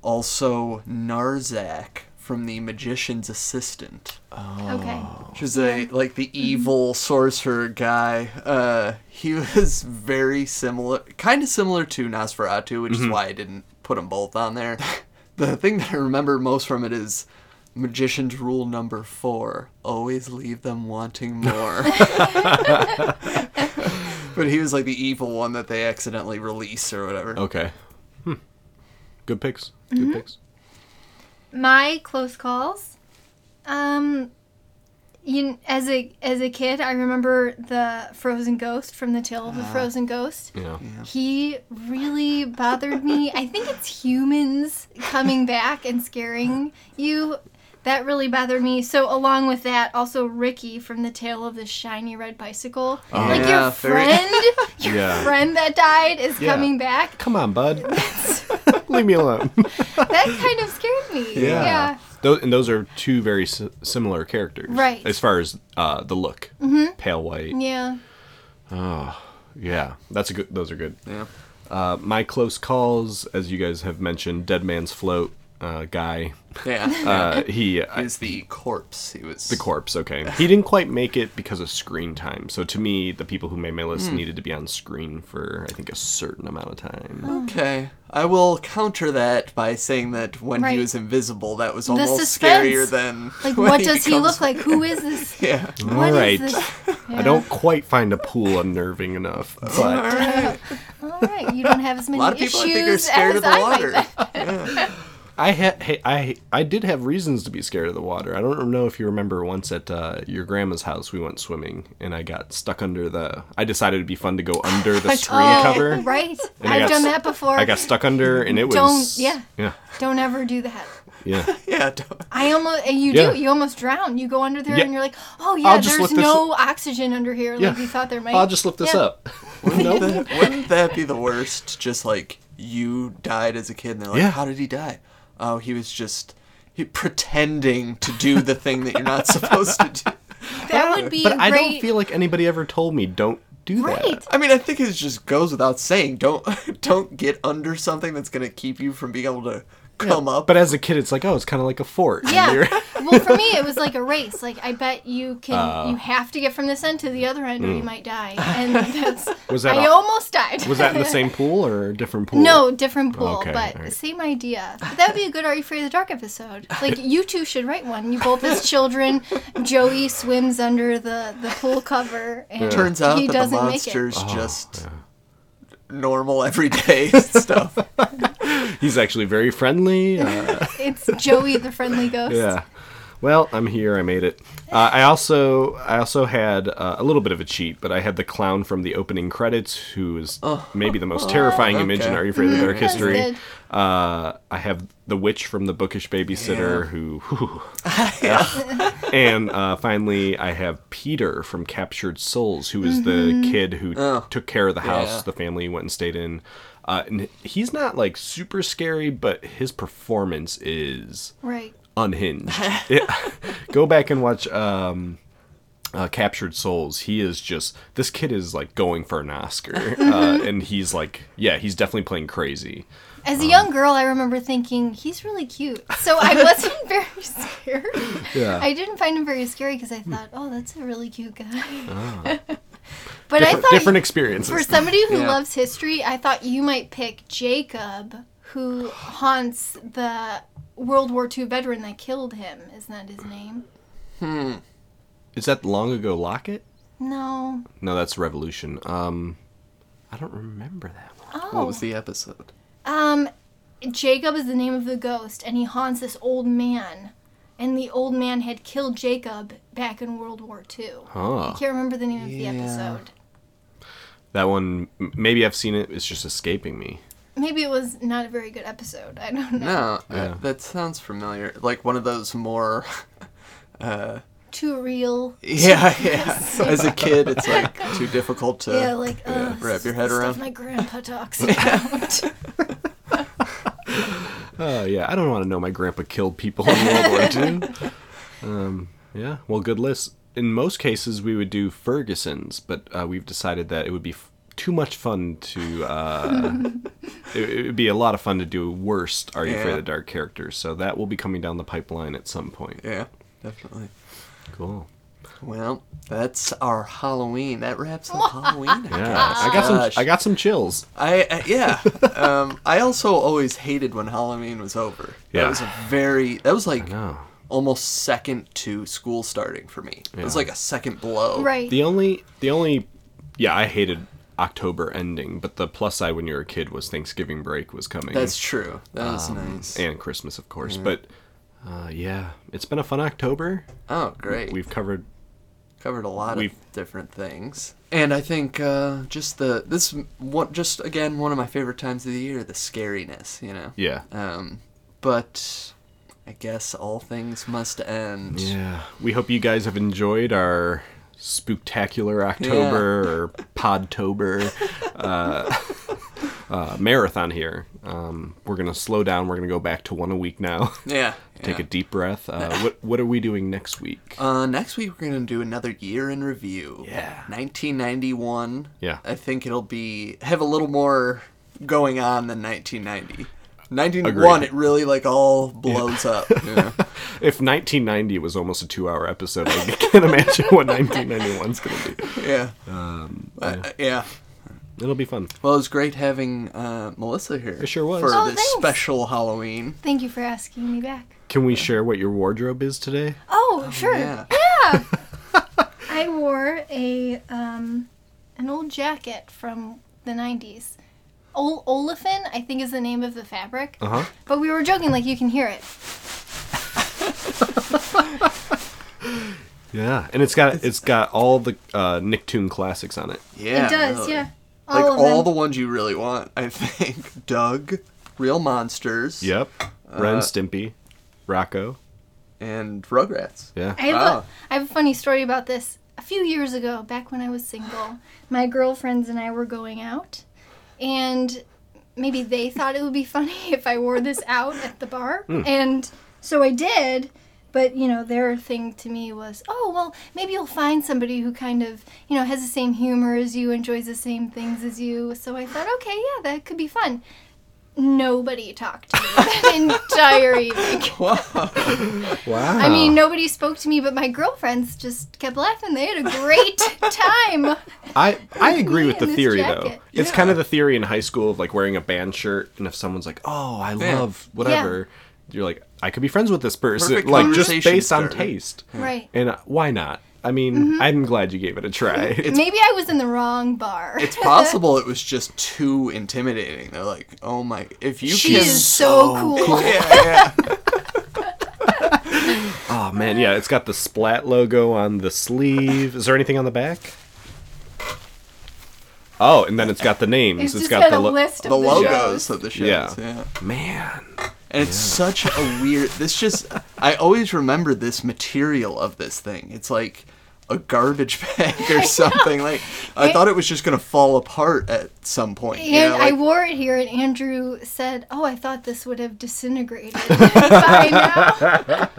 Speaker 3: Also, Narzak from The Magician's Assistant,
Speaker 4: Okay.
Speaker 3: which is a like the evil sorcerer guy. Uh, he was very similar, kind of similar to Nosferatu, which is why I didn't put them both on there. the thing that I remember most from it is. Magician's rule number four: always leave them wanting more. but he was like the evil one that they accidentally release or whatever.
Speaker 2: Okay. Hmm. Good picks. Good
Speaker 4: Mm-hmm.
Speaker 2: picks.
Speaker 4: my close calls um you as a as a kid i remember the frozen ghost from the tale of the frozen ghost
Speaker 2: Yeah.
Speaker 4: he really bothered me i think it's humans coming back and scaring you that really bothered me so along with that also ricky from the tale of the shiny red bicycle like
Speaker 3: Yeah,
Speaker 4: your
Speaker 3: very-
Speaker 4: friend your
Speaker 2: Yeah.
Speaker 4: friend that died is
Speaker 2: Yeah.
Speaker 4: coming back
Speaker 2: Come on, bud. Leave me alone.
Speaker 4: that kind of scared me
Speaker 2: Yeah.
Speaker 4: yeah.
Speaker 2: Those, and those are two very s- similar characters.
Speaker 4: Right.
Speaker 2: As far as uh, the look. Mm-hmm. Pale white.
Speaker 4: yeah.
Speaker 2: Yeah. That's a good. Those are good.
Speaker 3: Yeah.
Speaker 2: Uh, my close calls, as you guys have mentioned, Dead Man's Float uh, guy.
Speaker 3: Yeah.
Speaker 2: Uh, he I,
Speaker 3: is the corpse. He was
Speaker 2: the corpse. Okay, he didn't quite make it because of screen time. So to me, the people who made my list needed to be on screen for I think a certain amount of
Speaker 4: Hmm.
Speaker 2: time.
Speaker 3: Okay. I will counter that by saying that when he
Speaker 4: Right.
Speaker 3: was invisible, that was almost
Speaker 4: suspense.
Speaker 3: scarier than.
Speaker 4: Like,
Speaker 3: when
Speaker 4: what does he
Speaker 3: becomes-
Speaker 4: look like? Who is this?
Speaker 3: Yeah.
Speaker 4: What is
Speaker 2: Alright.
Speaker 4: this?
Speaker 2: I don't quite find a pool unnerving enough, but
Speaker 4: All right, you don't have as many
Speaker 3: A lot of
Speaker 4: issues
Speaker 3: people, I think, are scared
Speaker 4: as
Speaker 3: of the
Speaker 4: I
Speaker 3: water.
Speaker 4: might.
Speaker 3: Yeah.
Speaker 2: I had, hey, I, I did have reasons to be scared of the water. I don't know if you remember once at uh, your grandma's house we went swimming and I got stuck under the. I decided it'd be fun to go under the screen
Speaker 4: oh,
Speaker 2: cover.
Speaker 4: Right.
Speaker 2: And I
Speaker 4: I've
Speaker 2: got
Speaker 4: done
Speaker 2: s-
Speaker 4: that before.
Speaker 2: I got stuck under and it was.
Speaker 4: Don't- yeah.
Speaker 2: Yeah.
Speaker 4: Don't ever do that.
Speaker 2: Yeah.
Speaker 3: Yeah, don't-
Speaker 4: I almost and you
Speaker 2: Yeah.
Speaker 4: do. You almost drown. You go under there
Speaker 2: Yeah.
Speaker 4: and you're like, oh yeah,
Speaker 2: I'll just
Speaker 4: there's
Speaker 2: look this
Speaker 4: no oxygen under here like
Speaker 2: Yeah.
Speaker 4: we thought there might.
Speaker 2: I'll just look this
Speaker 4: Yeah.
Speaker 2: up.
Speaker 3: Wouldn't, that, wouldn't that be the worst? Just like you died as a kid, and they're like,
Speaker 2: Yeah.
Speaker 3: "How did he die?" Oh, he was just he, pretending to do the thing that you're not supposed to do.
Speaker 4: That would be
Speaker 2: But
Speaker 4: a
Speaker 2: I don't
Speaker 4: great.
Speaker 2: feel like anybody ever told me don't do
Speaker 4: right.
Speaker 2: that.
Speaker 3: I mean, I think it just goes without saying. Don't don't get under something that's gonna keep you from being able to come up.
Speaker 2: But as a kid, it's like, oh, it's kind of like a fort. And
Speaker 4: Yeah.
Speaker 2: you're-
Speaker 4: well, for me, it was like a race. Like I bet you can,
Speaker 2: Uh.
Speaker 4: you have to get from this end to the other end, or you might die. And that's.
Speaker 2: Mm. Was that
Speaker 4: I
Speaker 2: a-
Speaker 4: almost died.
Speaker 2: was that in the same pool or a different pool?
Speaker 4: No, different pool,
Speaker 2: Okay,
Speaker 4: but
Speaker 2: alright.
Speaker 4: same idea. But that would be a good Are You Afraid of the Dark episode. Like, you two should write one. You both as children. Joey swims under the, the pool cover, and
Speaker 3: Turns out
Speaker 4: he
Speaker 3: that the
Speaker 4: doesn't make it.
Speaker 2: Oh,
Speaker 3: monster's just normal everyday stuff.
Speaker 2: He's actually very friendly. Uh,
Speaker 4: It's Joey the friendly ghost.
Speaker 2: yeah. Well, I'm here. I made it. Uh, I also I also had uh, a little bit of a cheat, but I had the clown from the opening credits, who is maybe the most terrifying image in
Speaker 3: okay.
Speaker 2: Are You Afraid of the Dark
Speaker 4: that's
Speaker 2: History?
Speaker 4: good.
Speaker 2: Uh, I have the witch from the Bookish Babysitter, who. whew. and uh, finally, I have Peter from Captured Souls, who is the kid who took care of the house
Speaker 3: Yeah.
Speaker 2: the family went and stayed in. Uh, and he's not like super scary, but his performance is
Speaker 4: Right.
Speaker 2: unhinged. Yeah. Go back and watch um, uh, Captured Souls. He is just this kid is like going for an Oscar, uh, and he's like, yeah, he's definitely playing crazy.
Speaker 4: As
Speaker 2: Um,
Speaker 4: a young girl, I remember thinking, he's really cute. So I wasn't very scared.
Speaker 2: Yeah. Hmm.
Speaker 4: I didn't find him very scary because I thought, oh, that's a really cute guy. but I
Speaker 2: Ah. Different,
Speaker 4: thought
Speaker 2: different
Speaker 4: for
Speaker 2: experiences.
Speaker 4: somebody who
Speaker 3: Yeah.
Speaker 4: loves history, I thought you might pick Jacob, who haunts the World War II veteran that killed him. Isn't that his name?
Speaker 2: Is that long ago Locket?
Speaker 4: No.
Speaker 2: No, that's Revolution. Um, I don't remember that one.
Speaker 4: Oh.
Speaker 3: What was the episode?
Speaker 4: Um, Jacob is the name of the ghost, and he haunts this old man. And the old man had killed Jacob back in World War II.
Speaker 2: Huh.
Speaker 4: I can't remember the name of the
Speaker 3: Yeah.
Speaker 4: episode.
Speaker 2: That one, m- maybe I've seen it. It's just escaping me.
Speaker 4: Maybe it was not a very good episode. I don't know.
Speaker 3: No,
Speaker 2: Yeah.
Speaker 3: uh, that sounds familiar. Like one of those more.
Speaker 4: Too real.
Speaker 3: Yeah, yeah. As a kid, it's like too difficult to.
Speaker 4: Yeah, like
Speaker 3: yeah,
Speaker 4: uh,
Speaker 3: wrap your head
Speaker 4: stuff
Speaker 3: around.
Speaker 4: My grandpa talks about.
Speaker 2: Oh yeah, I don't want to know my grandpa killed people in World War II. Um, yeah, well, good list. In most cases, we would do Ferguson's, but uh, we've decided that it would be f- too much fun to. Uh, it, it would be a lot of fun to do worst Are You Afraid of
Speaker 3: Yeah.
Speaker 2: the Dark characters. So that will be coming down the pipeline at some point.
Speaker 3: Yeah, definitely.
Speaker 2: Cool.
Speaker 3: Well, that's our Halloween. That wraps up Halloween.
Speaker 2: Yeah, I got some.
Speaker 3: Oh, Gosh.
Speaker 2: I got some chills.
Speaker 3: I uh, yeah. Um, I also always hated when Halloween was over.
Speaker 2: Yeah.
Speaker 3: That was a very. That was like
Speaker 2: know.
Speaker 3: almost second to school starting for me. It was
Speaker 2: Yeah.
Speaker 3: like a second blow.
Speaker 4: right.
Speaker 2: The only, the only, yeah, I hated October ending, but the plus side when you were a kid was Thanksgiving break was coming.
Speaker 3: That's true. That was
Speaker 2: Um,
Speaker 3: nice.
Speaker 2: and Christmas, of course. But uh, yeah, it's been a fun October.
Speaker 3: oh, great.
Speaker 2: We've covered.
Speaker 3: covered a lot
Speaker 2: We've-
Speaker 3: of different things and i think uh, just the this m- one just again one of my favorite times of the year the scariness you know
Speaker 2: Yeah.
Speaker 3: um but i guess all things must end
Speaker 2: Yeah. We hope you guys have enjoyed our spooktacular October or Podtober uh, uh, marathon here. Um, we're gonna slow down. We're gonna go back to one a week now.
Speaker 3: yeah,
Speaker 2: Take a
Speaker 3: yeah.
Speaker 2: deep breath. Uh, what What are we doing next week?
Speaker 3: uh, next week we're gonna do another year in review.
Speaker 2: Yeah.
Speaker 3: 1991.
Speaker 2: Yeah.
Speaker 3: I think it'll be have a little more going on than 1990. 1991,
Speaker 2: Agreed.
Speaker 3: it really like all blows up. You know?
Speaker 2: If 1990 was almost a two-hour episode, I can't imagine what 1991's gonna be.
Speaker 3: yeah.
Speaker 2: Um,
Speaker 3: Uh, yeah.
Speaker 2: It'll be fun.
Speaker 3: Well, it was great having uh, Melissa here.
Speaker 2: It sure was.
Speaker 3: For
Speaker 2: Oh,
Speaker 3: this
Speaker 4: thanks.
Speaker 3: special Halloween.
Speaker 4: Thank you for asking me back.
Speaker 2: Can we share what your wardrobe is today?
Speaker 4: Oh, sure.
Speaker 3: yeah.
Speaker 4: Yeah. I wore a um, an old jacket from the '90s Ol- olefin, I think, is the name of the fabric.
Speaker 3: Uh-huh.
Speaker 2: Uh huh.
Speaker 4: But we were joking, like you can hear it.
Speaker 2: Yeah, and it's got it's got all the uh, Nicktoon classics on it.
Speaker 3: Yeah.
Speaker 4: it does,
Speaker 3: really.
Speaker 4: yeah. All
Speaker 3: Like
Speaker 4: of
Speaker 3: all the
Speaker 4: them.
Speaker 3: ones you really want, I think. Doug, Real Monsters,
Speaker 2: Yep.
Speaker 3: Uh,
Speaker 2: Ren, Stimpy, Rocco.
Speaker 3: and Rugrats.
Speaker 2: Yeah.
Speaker 4: I have,
Speaker 3: Ah.
Speaker 4: a, I have a funny story about this. A few years ago, back when I was single, my girlfriends and I were going out, and maybe they thought it would be funny if I wore this out at the bar. And so I did, but you know, their thing to me was, oh, well, maybe you'll find somebody who kind of, you know, has the same humor as you, enjoys the same things as you. So I thought, okay, yeah, that could be fun. Nobody talked to me that entire evening.
Speaker 2: Wow.
Speaker 4: I mean, nobody spoke to me, but my girlfriends just kept laughing. They had a great time.
Speaker 2: I I agree
Speaker 4: me
Speaker 2: with the
Speaker 4: in this
Speaker 2: theory though.
Speaker 4: jacket.
Speaker 2: It's kind of the theory in high school of like wearing a band shirt, and if someone's like, "Oh, I
Speaker 3: Yeah.
Speaker 2: love whatever," you're like, "I could be friends with this person,"
Speaker 3: Perfect
Speaker 2: like just
Speaker 3: conversation
Speaker 2: based on
Speaker 3: starter.
Speaker 2: taste.
Speaker 4: Right.
Speaker 2: And uh, why not? I mean,
Speaker 4: Mm-hmm.
Speaker 2: I'm glad you gave it a try.
Speaker 4: Maybe I was in the wrong bar.
Speaker 3: It's possible it was just too intimidating. They're like, oh my, if you
Speaker 4: she
Speaker 3: can.
Speaker 4: is so cool.
Speaker 3: yeah, yeah.
Speaker 2: oh man, yeah, it's got the Splat logo on the sleeve. Is there anything on the back? Oh, and then it's got the names.
Speaker 4: It's just
Speaker 2: got,
Speaker 4: got,
Speaker 2: the
Speaker 4: a
Speaker 2: lo-
Speaker 4: list of
Speaker 3: The
Speaker 4: shows.
Speaker 3: logos of the shows.
Speaker 2: Yeah.
Speaker 3: yeah.
Speaker 2: Man,
Speaker 3: And it's such a weird. This just. I always remember this material of this thing. It's like a garbage bag or something. like I
Speaker 4: It-
Speaker 3: thought it was just gonna fall apart at some point. you
Speaker 4: And
Speaker 3: know, like-
Speaker 4: I wore it here, and Andrew said, "Oh, I thought this would have disintegrated by now."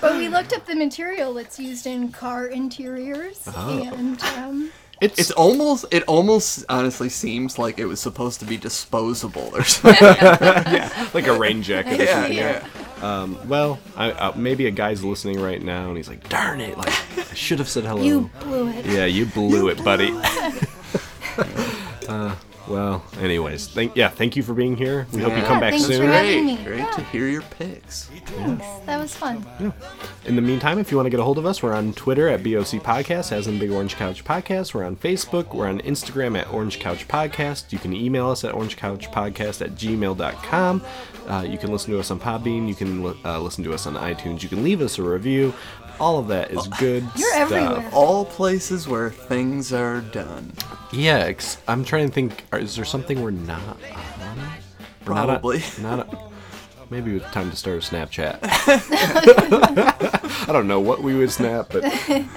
Speaker 4: but we looked up the material that's used in car interiors, and um,
Speaker 2: it's
Speaker 3: it's almost. It almost honestly seems like it was supposed to be disposable or something.
Speaker 2: like a rain jacket. or something.
Speaker 3: yeah.
Speaker 2: Well, I, uh, maybe a guy's listening right now and he's like, "Darn it! Like, I should have said hello."
Speaker 4: you blew it.
Speaker 2: yeah, you blew it, buddy. uh, well, anyways, thank yeah, thank you for being here. We hope you
Speaker 3: Yeah,
Speaker 2: come back
Speaker 4: thanks for
Speaker 2: soon.
Speaker 4: having-
Speaker 3: Great.
Speaker 4: me.
Speaker 3: Great to hear your picks.
Speaker 4: Thanks. That was fun.
Speaker 2: In the meantime, if you want to get a hold of us, we're on Twitter at BOC Podcast, as in Big Orange Couch Podcast. We're on Facebook. We're on Instagram at Orange Couch Podcast. You can email us at orangecouchpodcast at gmail.com. Uh, you can listen to us on Podbean. You can li- uh, listen to us on iTunes. You can leave us a review. All of that is good
Speaker 4: Oh, You're
Speaker 2: stuff.
Speaker 4: everywhere.
Speaker 3: All places where things are done.
Speaker 2: Yeah, ex- I'm trying to think. are- Is there something we're not on? We're not on-
Speaker 3: Probably.
Speaker 2: Not on- maybe it's time to start a Snapchat. I don't know what we would snap, but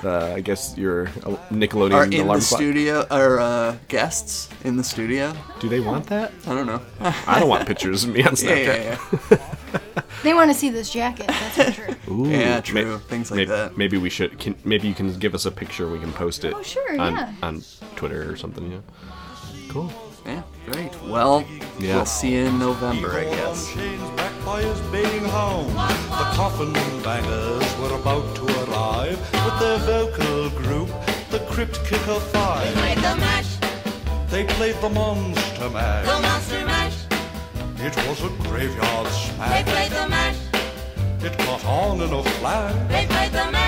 Speaker 2: uh, I guess your al- Nickelodeon
Speaker 3: Are in
Speaker 2: alarm
Speaker 3: the
Speaker 2: clock.
Speaker 3: studio? Are uh, guests in the studio?
Speaker 2: Do they want that?
Speaker 3: I don't know.
Speaker 2: I don't want pictures of me on
Speaker 3: Yeah,
Speaker 2: Snapchat.
Speaker 3: yeah, yeah.
Speaker 4: They want to see this jacket. That's for sure.
Speaker 2: Ooh,
Speaker 3: Yeah,
Speaker 2: ma-
Speaker 3: true. Things like
Speaker 2: may-
Speaker 3: that.
Speaker 2: Maybe we should. Can, maybe you can give us a picture. and We can post it.
Speaker 4: Oh, sure,
Speaker 2: On,
Speaker 4: yeah.
Speaker 2: on Twitter or something. Yeah. Cool.
Speaker 3: Yeah, great. Well,
Speaker 2: Yeah.
Speaker 3: we'll see you in November, I guess.
Speaker 11: Chains back by his baying hound. The coffin bangers were about to arrive with their vocal group, the Crypt Kicker Five. They played the mash. They played the monster mash. The monster mash. It was a graveyard smash. They played the mash. It caught on in a flash.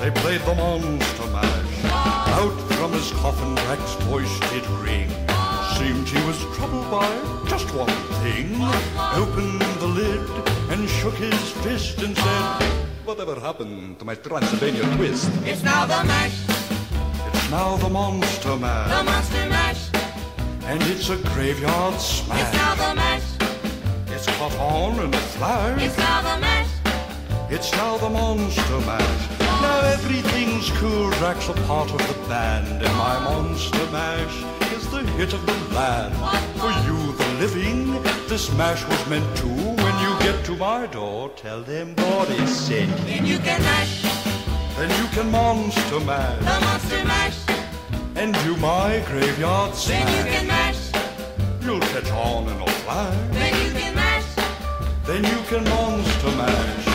Speaker 11: They played the monster mash. Out from his coffin, Rex's voice did ring. Seemed he was troubled by just one thing. Opened the lid and shook his fist and said, Whatever happened to my Transylvania twist?
Speaker 7: It's now the mash,
Speaker 11: It's now the monster mash,
Speaker 7: monster mash.
Speaker 11: and it's a graveyard smash.
Speaker 7: the mash,
Speaker 11: It's caught on in a flash.
Speaker 7: now the mash.
Speaker 11: It's now the Monster Mash. Now everything's cool. Drax a part of the band, and my Monster Mash is the hit of the land. For you, the living, this mash was meant to. When you get to my door, tell them Gordy sent you.
Speaker 7: You can mash,
Speaker 11: Then you can Monster Mash
Speaker 7: the monster mash.
Speaker 11: and do my graveyard smash.
Speaker 7: mash,
Speaker 11: You'll catch on in a flash.
Speaker 7: then you can mash.
Speaker 11: Then you can Monster Mash.